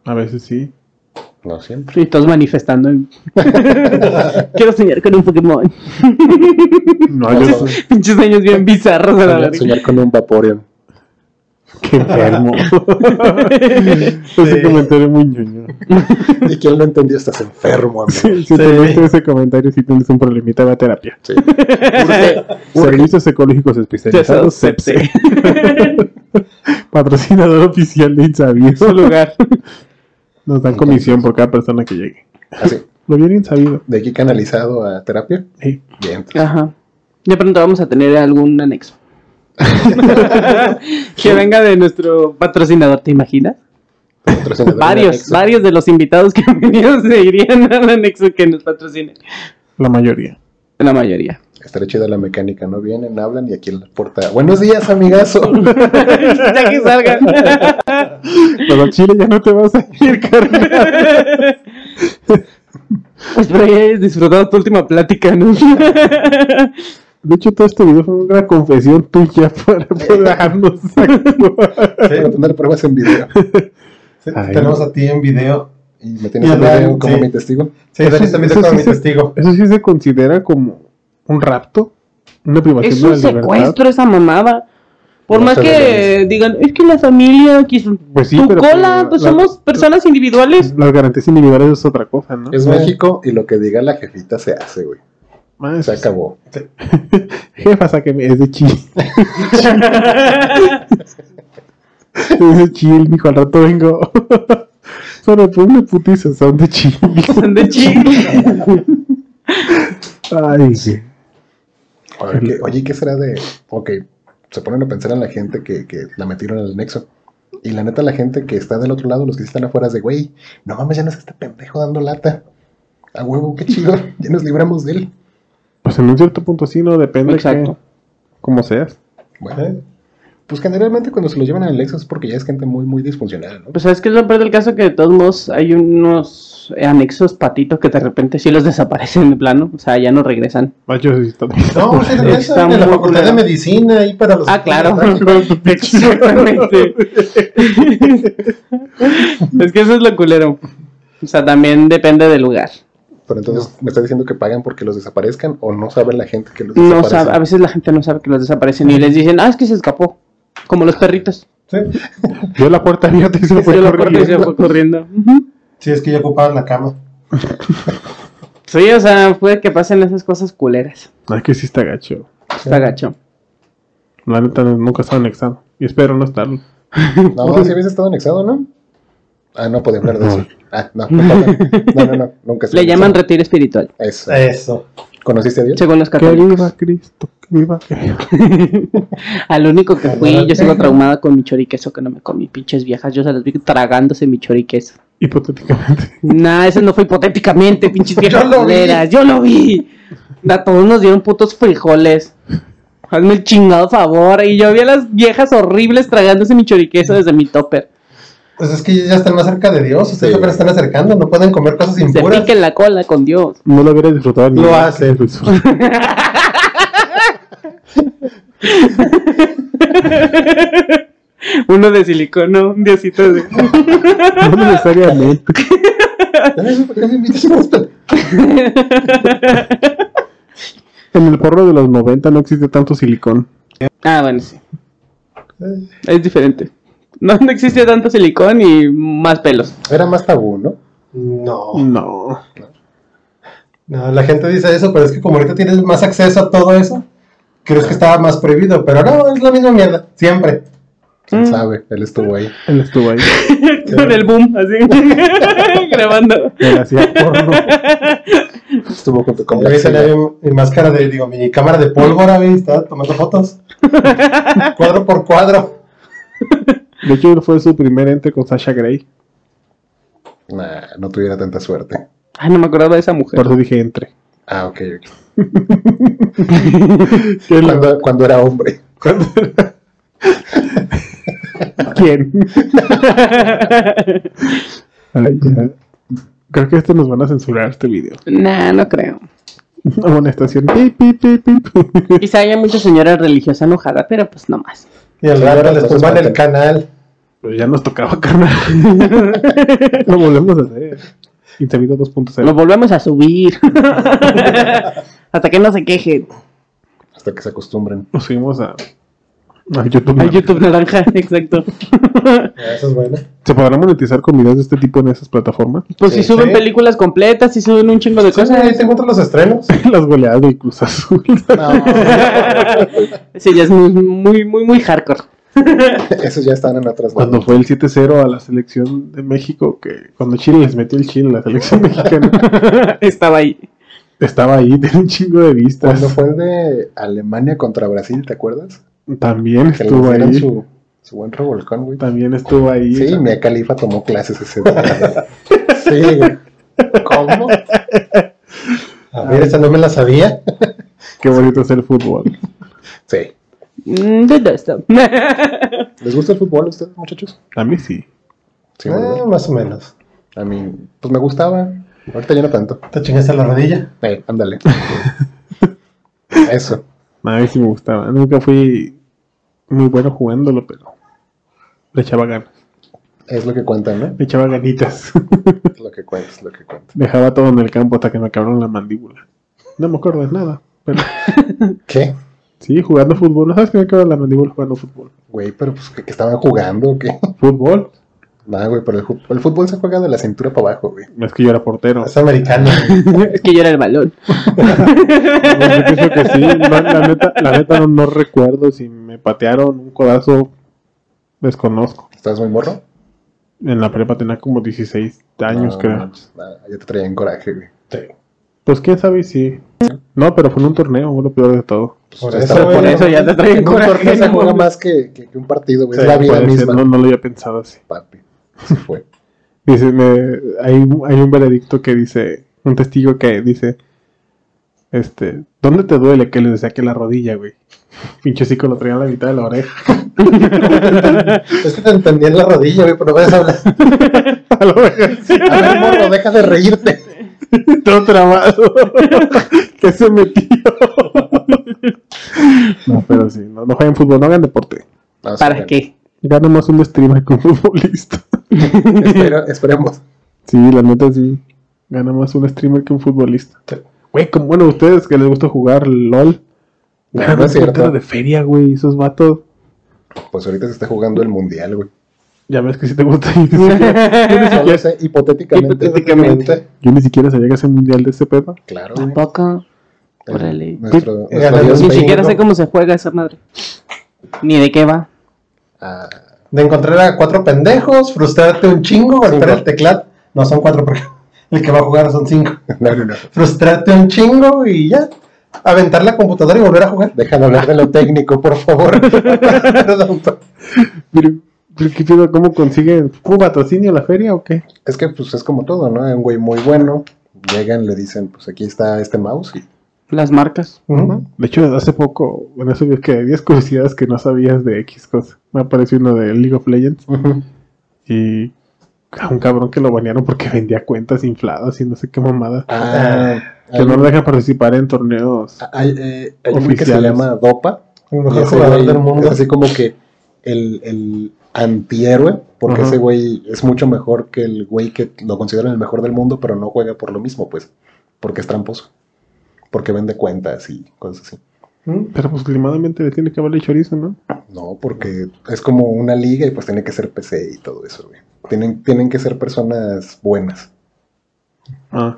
a veces sí.
No siempre.
Y estás
*laughs*
manifestando. en- Quiero soñar con un Pokémon. *laughs*
No, *laughs*
Pero
Ah, yo
Pinches sueños bien bizarros a la
soñar,
verga.
soñar con un Vaporeon.
Qué *laughs* enfermo. Ese comentario muy ñoño. *laughs*
¿Y quién lo entendió? Estás enfermo, amigo.
Si tuviste ese comentario, si tienes un problemita, va a terapia.
Sí.
*laughs*
Servicios ecológicos especializados, CEPSE. *laughs* Patrocinador oficial de Insabido. lugar. Nos dan comisión por cada persona que llegue.
Así.
Lo bien Insabido.
De aquí canalizado a terapia.
Sí. *laughs*
Bien.
Ajá. De pronto vamos a tener algún
*laughs*
anexo. *laughs* que venga de nuestro patrocinador, ¿te imaginas?
Patrocinador en
Varios,
anexo.
varios de los invitados que han venido se irían al anexo que nos patrocine.
La mayoría.
La mayoría.
Estará chida la mecánica. No vienen, hablan y aquí en la puerta. Buenos días, amigazo.
*laughs*
*laughs*
ya que salgan.
Pero al Chile ya no te vas a ir, carnal.
Espero que Pues, hayas disfrutado tu última plática, ¿no?
De hecho, todo este video fue una confesión tuya *laughs* para podernos actuar.
Para tener pruebas en video.
Sí,
Ay,
tenemos a ti en video.
Y me tienes
Y
en
hablan,
video como
sí.
mi testigo.
*laughs* Sí, Dani está en video
eso
como
sí
mi
se-
testigo.
¿Eso sí se considera como un rapto? ¿Una privación
Pues, es
de
un
la libertad?
secuestro esa mamada. Por
No
más
se
que
debe.
digan, es que la familia quiso
Pues sí,
tu
pero
cola,
como
pues
la-
somos personas *laughs* individuales.
Las garantías individuales es otra cosa, ¿no?
Es
Sí.
México y lo que diga la jefita se hace, güey.
Más.
Se acabó.
*laughs* Jefa, sáqueme. Es *laughs* de chill.
Pues,
es de chill, mijo. Al rato vengo. *laughs* Solo por una putiza son de chill.
Son de chile.
*laughs* Ay, sí.
Oye, ¿qué- oye, ¿qué será de.? Ok, se ponen a pensar en la gente que, que la metieron en el nexo. Y la neta, la gente que está del otro lado, los que están afuera, es de güey, no mames, ya no es este pendejo dando lata. A huevo, qué chido, *laughs* ya nos libramos de él.
Pues en un cierto punto sí, ¿no? Depende
Exacto.
que... Como seas.
Bueno,
¿eh?
Pues generalmente cuando se lo llevan al Alexa es porque ya es gente muy, muy disfuncional, ¿no?
Pues es que es lo peor del caso que de todos modos hay unos anexos patitos que de repente sí los desaparecen de plano, o sea, ya no regresan.
Macho, sí, está-
No, se
*laughs*
regresa
Está
de la
muy
facultad de
culero.
medicina ahí para los.
Ah, claro. *laughs* Exactamente.
Exactamente.
*laughs* es que eso es lo culero. O sea, también depende del lugar.
Pero entonces me está diciendo que pagan porque los desaparezcan o no sabe la gente que los
No
desaparecen.
sabe, a veces la gente no sabe que los desaparecen y les dicen, ah, es que se escapó. Como los perritos.
Sí.
Vio la puerta abierta y se
Se
fue
lo corta y se
corriendo.
fue corriendo. Ujú.
Sí, es que ya ocupaban la cama.
Sí, o sea, puede que pasen esas cosas culeras.
Ay, que sí está gacho.
Está gacho.
La neta no- nunca estaba anexado. Y espero no estarlo.
No, si habías estado anexado, ¿no? Ah, no podía hablar de eso. Ah, no, no, no, no, no, nunca estuve
Le llaman
anexado.
retiro espiritual,
Eso.
Eso.
¿Conociste a Dios?
según los
Que
católicos.
viva Cristo, *laughs* que viva. que viva.
Al Ah, único que fui, yo sigo traumada con mi choriqueso que no me comí, pinches viejas. Yo se las vi tragándose mi choriqueso.
Hipotéticamente.
Nah, eso no fue hipotéticamente, *laughs* pinches viejas
Yo lo vi.
culeras. Yo lo vi. A todos nos dieron putos frijoles. Hazme el chingado favor. Y yo vi a las viejas horribles tragándose mi choriqueso desde mi topper.
Pues es que ya están más cerca de Dios. Ustedes
Sí.
apenas están acercando. No pueden comer cosas
Se
impuras.
piquen la cola con Dios.
No lo hubiera disfrutado ni
Lo
nada. *laughs*
hace.
Pues,
Uno de silicona, un diosito de.
No necesariamente.
Ay, ¿por qué me invitas a esto?
En el porro de los 90 no existe tanto silicón.
*laughs* Ah, bueno, sí.
Ay,
Es diferente. No, no existe tanto silicón y más pelos.
Era más tabú, ¿no?
No.
No.
No, la gente dice eso, pero es que como ahorita tienes más acceso a todo eso, crees que estaba más prohibido, pero no, es la misma mierda, siempre.
¿Quién
Mm.
sabe? Él estuvo ahí.
Él estuvo ahí.
Con el boom, *laughs* así. grabando.
Él hacía porno.
Estuvo junto con
Yo
Black
hice
Sabbath.
mi, mi máscara de, digo, mi cámara de pólvora, güey, estaba tomando fotos, cuadro por cuadro.
De hecho, él fue su primer ente con Sasha Grey.
Nah, no tuviera tanta suerte.
Ay, Ah, no me acordaba de esa
Por
mujer.
eso dije entre.
Ah, ok, ok.
¿Quién? lo-
Cuando, cuando era hombre.
¿Quién? Ay, ya. Creo que esto nos van a censurar este video.
Nah, no creo.
Amonestación. Pip, pip, pip, pip.
Quizá haya mucha señora religiosa enojada, pero pues no más.
Y al
Sí,
rato
ahora
les
los
tumban el
matan.
canal.
Pero ya nos tocaba, carnal. *laughs* Lo volvemos a hacer. Intemido 2.0.
Lo volvemos a *laughs* subir. Hasta que no se quejen.
Hasta que se acostumbren. *laughs*
Nos subimos a, a YouTube.
A YouTube *laughs* naranja, exacto.
Eso es bueno.
¿Se podrá monetizar con videos de este tipo en esas plataformas?
Pues si
Sí,
suben
sí.
películas completas, si suben un chingo de
Entonces
cosas.
ahí te encuentran los estrenos.
*laughs* Las goleadas del Cruz
*laughs*
Azul.
Sí, ya es muy, muy, muy, muy hardcore. *laughs*
Esos ya están en otras
Cuando
manos.
fue el 7-0 a la selección de México, que cuando Chile les metió el Chile, la
*laughs*
selección mexicana
Estaba ahí.
estaba ahí, *laughs* tenía un chingo de vistas.
Cuando fue el de Alemania contra Brasil, ¿te acuerdas?
También
Que le
estuvo
hicieron
ahí.
su, su buen revolcón, güey.
También estuvo ahí.
Sí,
O sea,
Mia Califa tomó clases ese día. *laughs* Sí, güey. ¿Cómo?
A ver, esa no me la sabía.
Qué bonito es el fútbol.
Sí.
Mm, de esto.
¿Les gusta el fútbol a ustedes, muchachos?
A mí sí.
Sí,
Ah,
¿verdad?
más o menos.
A mí, pues me gustaba. Ahorita ya no tanto.
Te chingaste la
*laughs*
rodilla.
Eh, ándale. Eso.
A mí sí me gustaba. Nunca fui muy bueno jugándolo, pero le echaba ganas.
Es lo que cuenta, ¿no?
Le echaba ganitas. *laughs*
Es lo que cuenta, es lo que cuenta.
Dejaba todo en el campo hasta que me acabaron la mandíbula. No me acuerdo de nada. Pero
¿Qué?
sí, jugando fútbol. ¿No sabes que me acabaron la mandíbula jugando fútbol?
Güey, pero pues que, que estaban jugando, ¿o ¿qué? *laughs*
¿Fútbol?
Nah, güey, pero el, ju- el fútbol se juega de la cintura para abajo, güey.
Es que yo era portero. *laughs*
Es americano.
*laughs* Es que yo era el balón.
Yo pienso que sí. No, la neta, la neta no, no recuerdo si me patearon un codazo. Desconozco.
¿Estás muy morro?
En la prepa tenía como 16 años,
No,
creo.
manches, nah, ya te traían coraje, güey.
Pues quién sabe si. No, pero fue en un torneo, fue lo peor de todo.
Pues,
Por
te
eso,
estaba
güey,
Por
poniendo-
eso ya te traigo
En un torneo se juega
coraje.
más que, que- que un partido, güey.
Sí,
es Pues, la vida
Puede ser,
misma.
no, no lo había pensado así.
Papi, se fue.
Dice, me- hay, un- hay un veredicto que dice, un testigo que dice, este, ¿dónde te duele que le saque la rodilla, güey? *laughs* Pinche sí lo traía en la mitad de la oreja.
Es que te entendí en la rodilla, güey, pero no
pues,
puedes hablar.
*laughs* A la oreja.
A ver, morro, deja de reírte.
Todo *laughs* trabado. que se metió. *laughs* no, pero sí, no, no jueguen fútbol, no hagan deporte.
Ah, sí,
¿Para
bueno.
qué?
Ganemos un streamer con futbolista. *laughs*
Espera- esperemos.
Sí, la neta sí. Gana más un streamer que un futbolista. Güey, como bueno, ustedes que les gusta jugar LOL.
No,
Ganan
no
un
es cierto.
putero de feria, güey. Esos vatos.
Pues ahorita se está jugando el
*laughs*
mundial, güey.
Ya ves que si te *laughs* gusta. Yo ni siquiera,
Solo sé, hipotéticamente.
Hipotéticamente.
yo ni siquiera sabía que ese mundial de este pedo.
Claro.
Tampoco.
El-
Órale.
Nuestro, nuestro
Ganando
Dios
sin
Ni
México.
siquiera sé cómo se juega esa madre. Ni de qué va.
Ah,
De encontrar a cuatro pendejos, frustrarte un chingo, golpear el teclado. No, son cuatro porque *laughs* el que va a jugar son cinco.
no, no, no.
Frustrarte un chingo y ya. Aventar la computadora y volver a jugar.
Déjame hablar de lo técnico,
*laughs*
por favor.
Perdón.
Pero, pero ¿qué pedo? ¿Cómo consiguen? ¿Un patrocinio la feria o qué?
Es que pues es como todo, ¿no? Hay un güey muy bueno. Llegan, le dicen, pues aquí está este mouse. Y *laughs*
Las marcas. *laughs*
Ujú.
De hecho, hace poco, bueno, eso es que había curiosidades que no sabías de X cosa. Me apareció uno de League of Legends y a un cabrón que lo banearon porque *laughs* vendía cuentas infladas y no sé qué mamada.
Ah,
Que
hay-
no lo dejan participar en torneos.
hay, eh, hay un güey que se
Oficiales.
llama Dopa.
El
Y
mejor
ese
jugador
güey
del mundo.
Es así como que el, el antihéroe, porque
Ajá.
ese güey es mucho mejor que el güey que lo consideran el mejor del mundo, pero no juega por lo mismo, pues, porque es tramposo, porque vende cuentas y cosas así.
Ujú.
Pero pues limadamente le tiene que valer chorizo, ¿no?
No, porque es como una liga y pues tiene que ser PC y todo eso, güey. Tienen, tienen que ser personas buenas.
Ah,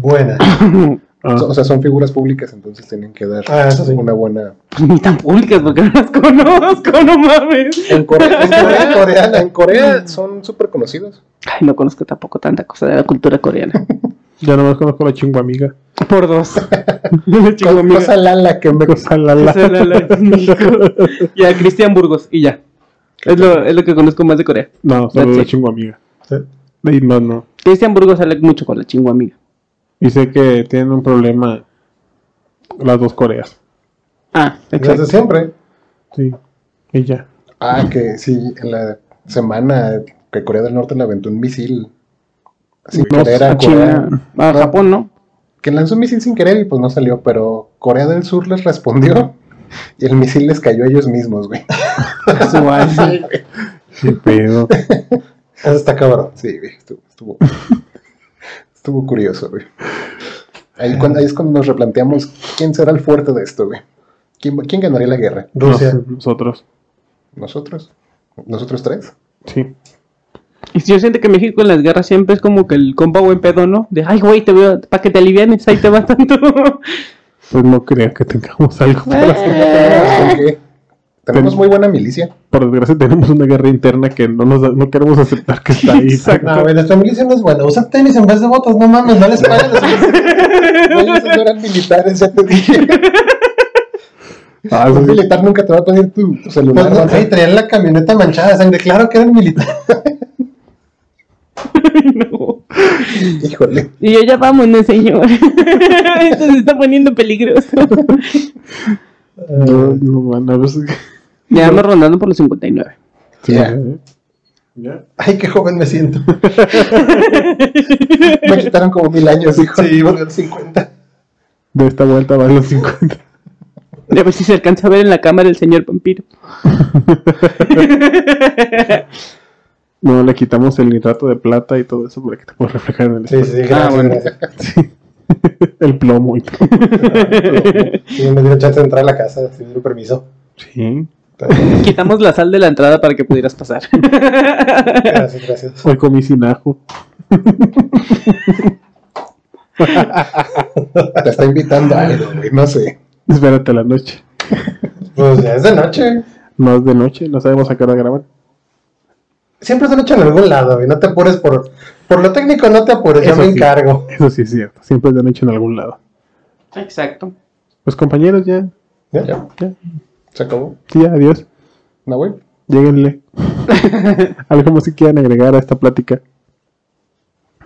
Buena.
ah.
O sea, son figuras públicas, entonces tienen que dar
Ah, eso sí.
una buena...
Pues ni tan públicas porque no las conozco, no mames.
En Corea, en Corea, en Corea- en Corea son súper conocidos.
Ay, no conozco tampoco tanta cosa de la cultura coreana.
ya nomás conozco a la chingua *laughs* amiga.
*laughs* Por *laughs* dos.
Co-
Chico, amiga.
Cosa lala que me...
Cosa la la.
Esa
*laughs*
era la- y a Cristian Burgos, y ya. Es lo, es lo que conozco más de Corea.
No, solo
That's
la
it.
chingua amiga.
Sí.
Y no, no.
Cristian Burgos sale mucho con la chingua amiga.
Y sé que tienen un problema las dos Coreas.
Ah,
Desde
exacto.
siempre.
Sí. Y ya.
Ah, que sí, en la semana que Corea del Norte le aventó un misil. Sin
No,
querer a
A
Corea.
China, a
No,
Japón, ¿no?
Que lanzó un misil sin querer y pues no salió, pero Corea del Sur les respondió y el misil les cayó a ellos mismos, güey. *laughs* Pues,
Igual.
Qué pedo.
Eso está cabrón.
Sí, güey, estuvo, estuvo, estuvo curioso, güey. Ahí, cuando- ahí es cuando nos replanteamos quién será el fuerte de esto, güey. ¿Quién, quién ganaría la guerra?
Rusia.
Nos- nosotros.
¿Nosotros? ¿Nosotros tres?
Sí.
*laughs* Y si yo siento que México en las guerras siempre es como que el compa buen pedo, ¿no? De, ay, güey, te veo, para que te alivianes, ahí te va tanto. *laughs*
Pues no creo que tengamos *laughs* algo
Eh.
para hacer.
Tenemos con qué. Tenemos muy buena milicia.
Por desgracia tenemos una guerra interna que no nos da- no queremos aceptar que está ahí.
Exacto.
No, Ah, güey, nuestra milicia no es buena. Usa tenis en vez de botas, no mames, no les pagan los
Güey, esos no eran militares, ya te dije.
*laughs* Ah,
Un
sí.
militar nunca te va a pedir tu, tu
Pues
celular.
no,
¿no?
güey, traían la camioneta manchada de sangre. Claro que eran militares.
No.
Híjole.
Y yo ya vámonos, señor. *laughs* Esto se está poniendo peligroso.
eh.
No, no, van a ver si-
*laughs* Ya vamos rondando por los 59.
Sí,
Ya.
eh. *laughs* Ya.
Ay, qué joven me siento.
Me quitaron como mil años, hijo.
Sí, volví a los 50.
De esta vuelta van los 50.
A ver si se alcanza a ver en la cámara el señor vampiro.
*laughs* No, le quitamos el nitrato de plata y todo eso para que te puedas reflejar en el
Sí, sí, sí, gracias.
Ah, bueno.
gracias.
*laughs* El plomo y
*laughs*
todo.
Sí, me dio chance de entrar a la casa, sin dieron permiso.
Sí.
*laughs* Quitamos la sal de la entrada para que pudieras *laughs* pasar.
Gracias, gracias.
Hoy comí sin ajo.
Te está invitando a algo, güey. No sé.
Espérate a la noche.
Pues ya es de noche.
No es de noche, no sabemos a qué hora grabar.
Siempre es de noche en algún lado, güey. No te apures por, por lo técnico, no te apures, yo
Eso
me
sí.
encargo.
Eso sí es cierto. Siempre es de noche en algún lado.
Exacto.
Pues compañeros, ya.
¿Ya?
Ya.
Ya.
Se acabó.
Sí, ya, adiós.
No, güey.
*laughs*
Lléguenle. Algo más que quieran agregar a esta plática.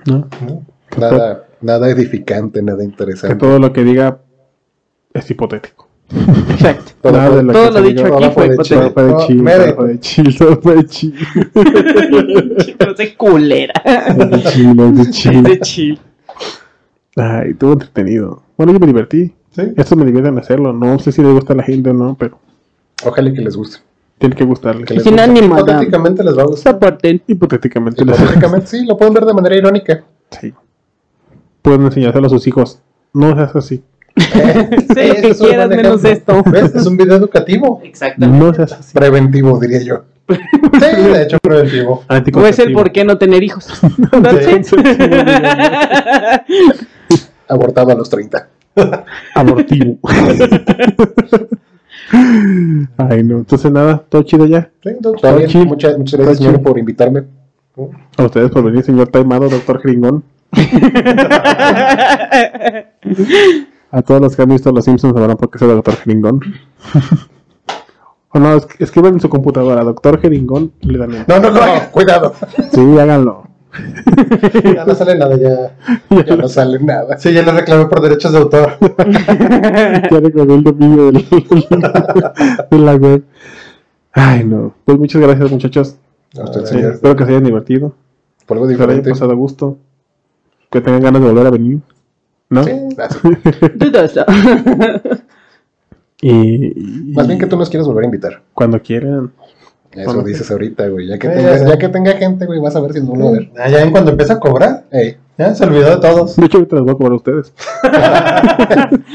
¿No?
Nada, nada edificante, nada
Que
interesante.
todo lo que diga es hipotético.
*laughs* Exacto.
Nada de lo
Todo
que
lo
se
dicho
dijo.
aquí
ahora
fue
fue de
Todo
hipotético.
fue de
No,
chill,
mere.
todo fue de *laughs* chill, todo fue de chill.
Pero de culera.
Todo de chill, todo de chill.
*laughs* De chill.
Ay, estuvo entretenido. Bueno, yo me divertí.
¿Sí?
Esto me divierte en hacerlo. No sé si le gusta a la gente o no, pero
Ojalá que les guste.
tiene que gustarle.
Que les
Es inánimo, Adam.
Hipotéticamente les va a gustar.
Soporten.
Hipotéticamente. les-
Hipotéticamente sí, lo pueden ver de manera irónica.
Sí. Pueden enseñárselo a sus hijos. No seas así.
*laughs*
Eh,
Sé lo
Ese
que
es un
quieras
buen
menos
ejemplo.
esto.
¿Ves? Es un video educativo.
Exactamente.
No seas así.
preventivo, diría yo.
Sí, de hecho, preventivo.
O es el
*laughs*
por qué no tener hijos. That's it.
Abortaba a los 30.
Abortivo. *laughs* Ay, no. Entonces, nada. Todo chido ya.
Sí, entonces,
Está
Está
bien,
chill.
muchas, muchas
Está
gracias, señor,
chill.
por invitarme.
A ustedes por venir, señor Taimado, doctor *laughs* Gringón. A todos los que han visto Los Simpsons sabrán por qué soy doctor Gringón. *laughs* o no, es- escriban en su computadora, doctor Gringón, y le dan enter.
No, no, no, cuidado.
Sí, háganlo.
ya no sale nada, ya.
Ya no sale nada.
Sí, ya le reclamé por derechos de
*laughs*
autor.
Ya reclamé el dominio del- de la web. Ay, no. Pues muchas gracias, muchachos.
A usted,
Sí,
señor,
espero que se hayan divertido.
por algo
Que se lo hayan
diferente.
pasado a gusto. Que tengan ganas de volver a venir. ¿No?
Sí, así.
*laughs* Dudoso.
Y, y-
Más bien que tú nos quieres volver a invitar.
Cuando quieran.
Eso
Bueno.
dices ahorita, güey. Ya que,
Sí,
tengas-
ya sé.
ya que tenga gente, güey, vas a ver si no lo va a ver.
Ah, Ya en cuando empieza a cobrar,
Ey,
ya se olvidó de todos.
De hecho, ahorita les voy a cobrar a ustedes.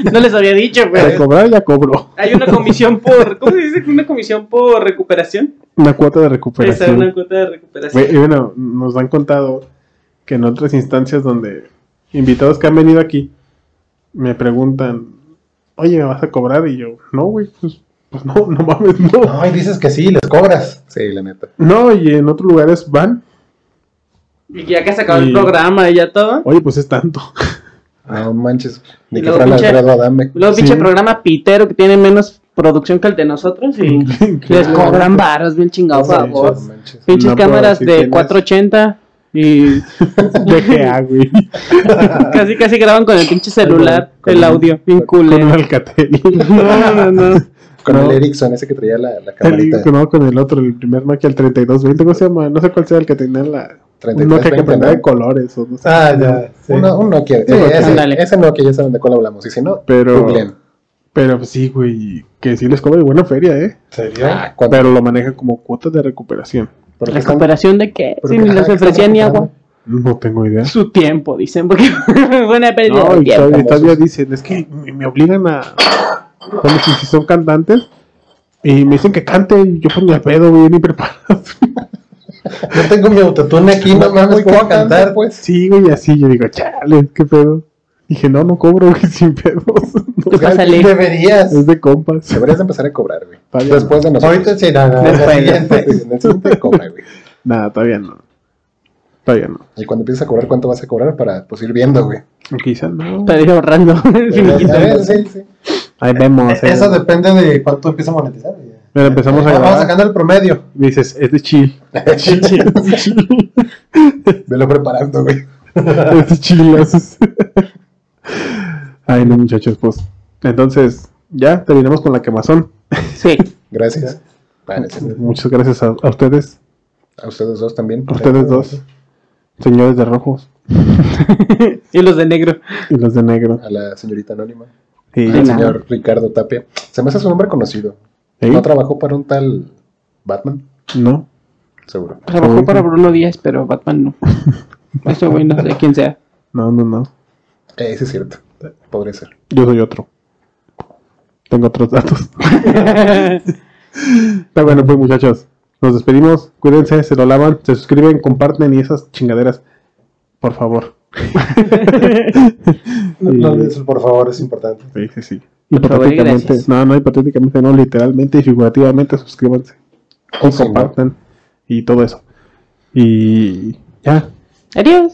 *laughs* No les había dicho,
Eh.
Para
pero
cobrar ya cobro.
hay una comisión por. ¿Cómo se dice? Una comisión por recuperación.
Una cuota de
Esa es una
recuperación.
cuota de
Güey, Y
recuperación.
bueno, nos han contado que en otras instancias donde invitados que han venido aquí me preguntan, oye, ¿me vas a cobrar? Y yo, no, güey, pues, pues no, no mames, no.
No, y dices que sí, les cobras.
sí, la neta.
No, y en otros lugares van,
Y ya que se acabó el
Y-
programa y ya todo.
oye, pues es tanto.
No manches. Ni
Y
que
luego
fuera
pinche-
Alfredo Adame.
Luego, pinche
Sí.
programa pitero que tiene menos producción que el de
*laughs*
nosotros y les cobran varos bien chingados,
Sí,
por
favor.
favor.
No manches.
Pinches
No puedo
cámaras
decir
de
quién es.
480
*laughs*
y
De que, ah, güey,
casi casi graban con el pinche celular
Con-
el
con-
audio, bien
con un *laughs*
culero. *laughs*
alcatel.
No, no, no.
Con
No.
el Ericsson, ese que traía la, la
El,
camarita.
no, con el otro, el primer Nokia, el 3220, ¿cómo se llama? No sé cuál sea el que tenía la... Un
33,
Nokia que
20,
prendía de
¿no?
colores o no sé.
Ah, ya. Sí.
Una- un Nokia. Sí,
Nokia,
ándale.
ese, ese Nokia ya saben de cuál hablamos. Y si no,
Pero-
googleen.
Pero pues, sí, güey, que sí les cobra de buena feria, ¿eh?
¿Serio?
Ah, cuánto-
Pero lo maneja como cuotas de recuperación.
porque están-
¿Recuperación de qué?
porque-
Si ni
ajá,
les
que están
ofrecía ni agua.
recuperando.
No tengo idea.
Su tiempo, dicen, porque *laughs* buena pérdida
No,
de
y todavía,
tiempo.
famosos.
todavía dicen, es que me, me obligan a... Como si, si son cantantes. Y me dicen que cante, y yo pues me la pedo, güey, ni preparado.
Yo tengo mi autotune aquí, no mames,
Muy
puedo
cantante,
cantar.
*laughs*
pues.
Sí, güey, así. Yo digo, chale, qué pedo. Dije, no, no cobro, güey, *laughs* sin pedos. No,
Tú pásale.
Deberías.
es de compas.
Deberías de empezar a cobrar, güey.
Todavía
Después de nosotros.
Ahorita sí, nada,
Después.
nada. siguiente.
En el siguiente cobra, güey.
Nada, todavía no. Todavía no.
Y cuando empieces a cobrar, ¿cuánto vas a cobrar para pues ir viendo, güey? Eh,
O Quizá no.
Para ir ahorrando. *laughs* el finiquito.
A ver, sí, sí.
Ahí vemos. ahí
Eso
vemos.
depende de cuánto empieza a monetizar. ya.
Pero empezamos a
Ah, Vamos
grabar.
sacando el promedio.
Me dices, *laughs* es de chill. Chill, chill, chill.
Velo preparando, güey.
Es de chill, *laughs* lo haces. Ay, no, muchachos, pues. Entonces, ya terminamos con la quemazón.
Sí.
Gracias. Bueno, sí.
Muchas gracias a, a ustedes,
A ustedes dos también.
a ustedes dos, señores de rojos
*laughs* Y los de negro.
y los de negro.
A la señorita anónima.
Y,
De
Al
nada.
señor Ricardo Tapia. Se me hace su nombre conocido.
¿Sí?
¿No trabajó para un tal Batman?
¿eh? ¿No?
Seguro.
Trabajó
Ujú.
para Bruno Díaz, pero Batman no. Eso, güey, no sé quién sea. *laughs*
No, no, no.
Eh, sí es cierto. Podría ser.
Yo soy otro. Tengo otros datos. *laughs* Está bueno, pues muchachos, nos despedimos. Cuídense, se lo lavan, se suscriben, comparten y esas chingaderas. Por
*laughs*
favor.
No, no
Y-
olvides el por favor, es importante.
Sí, sí, sí.
Por favor, y
Hipotéticamente,
gracias.
no, no, hipotéticamente, no, literalmente y figurativamente suscríbanse y
Sí, ¿no?
compartan y todo eso. Y ya,
Adiós.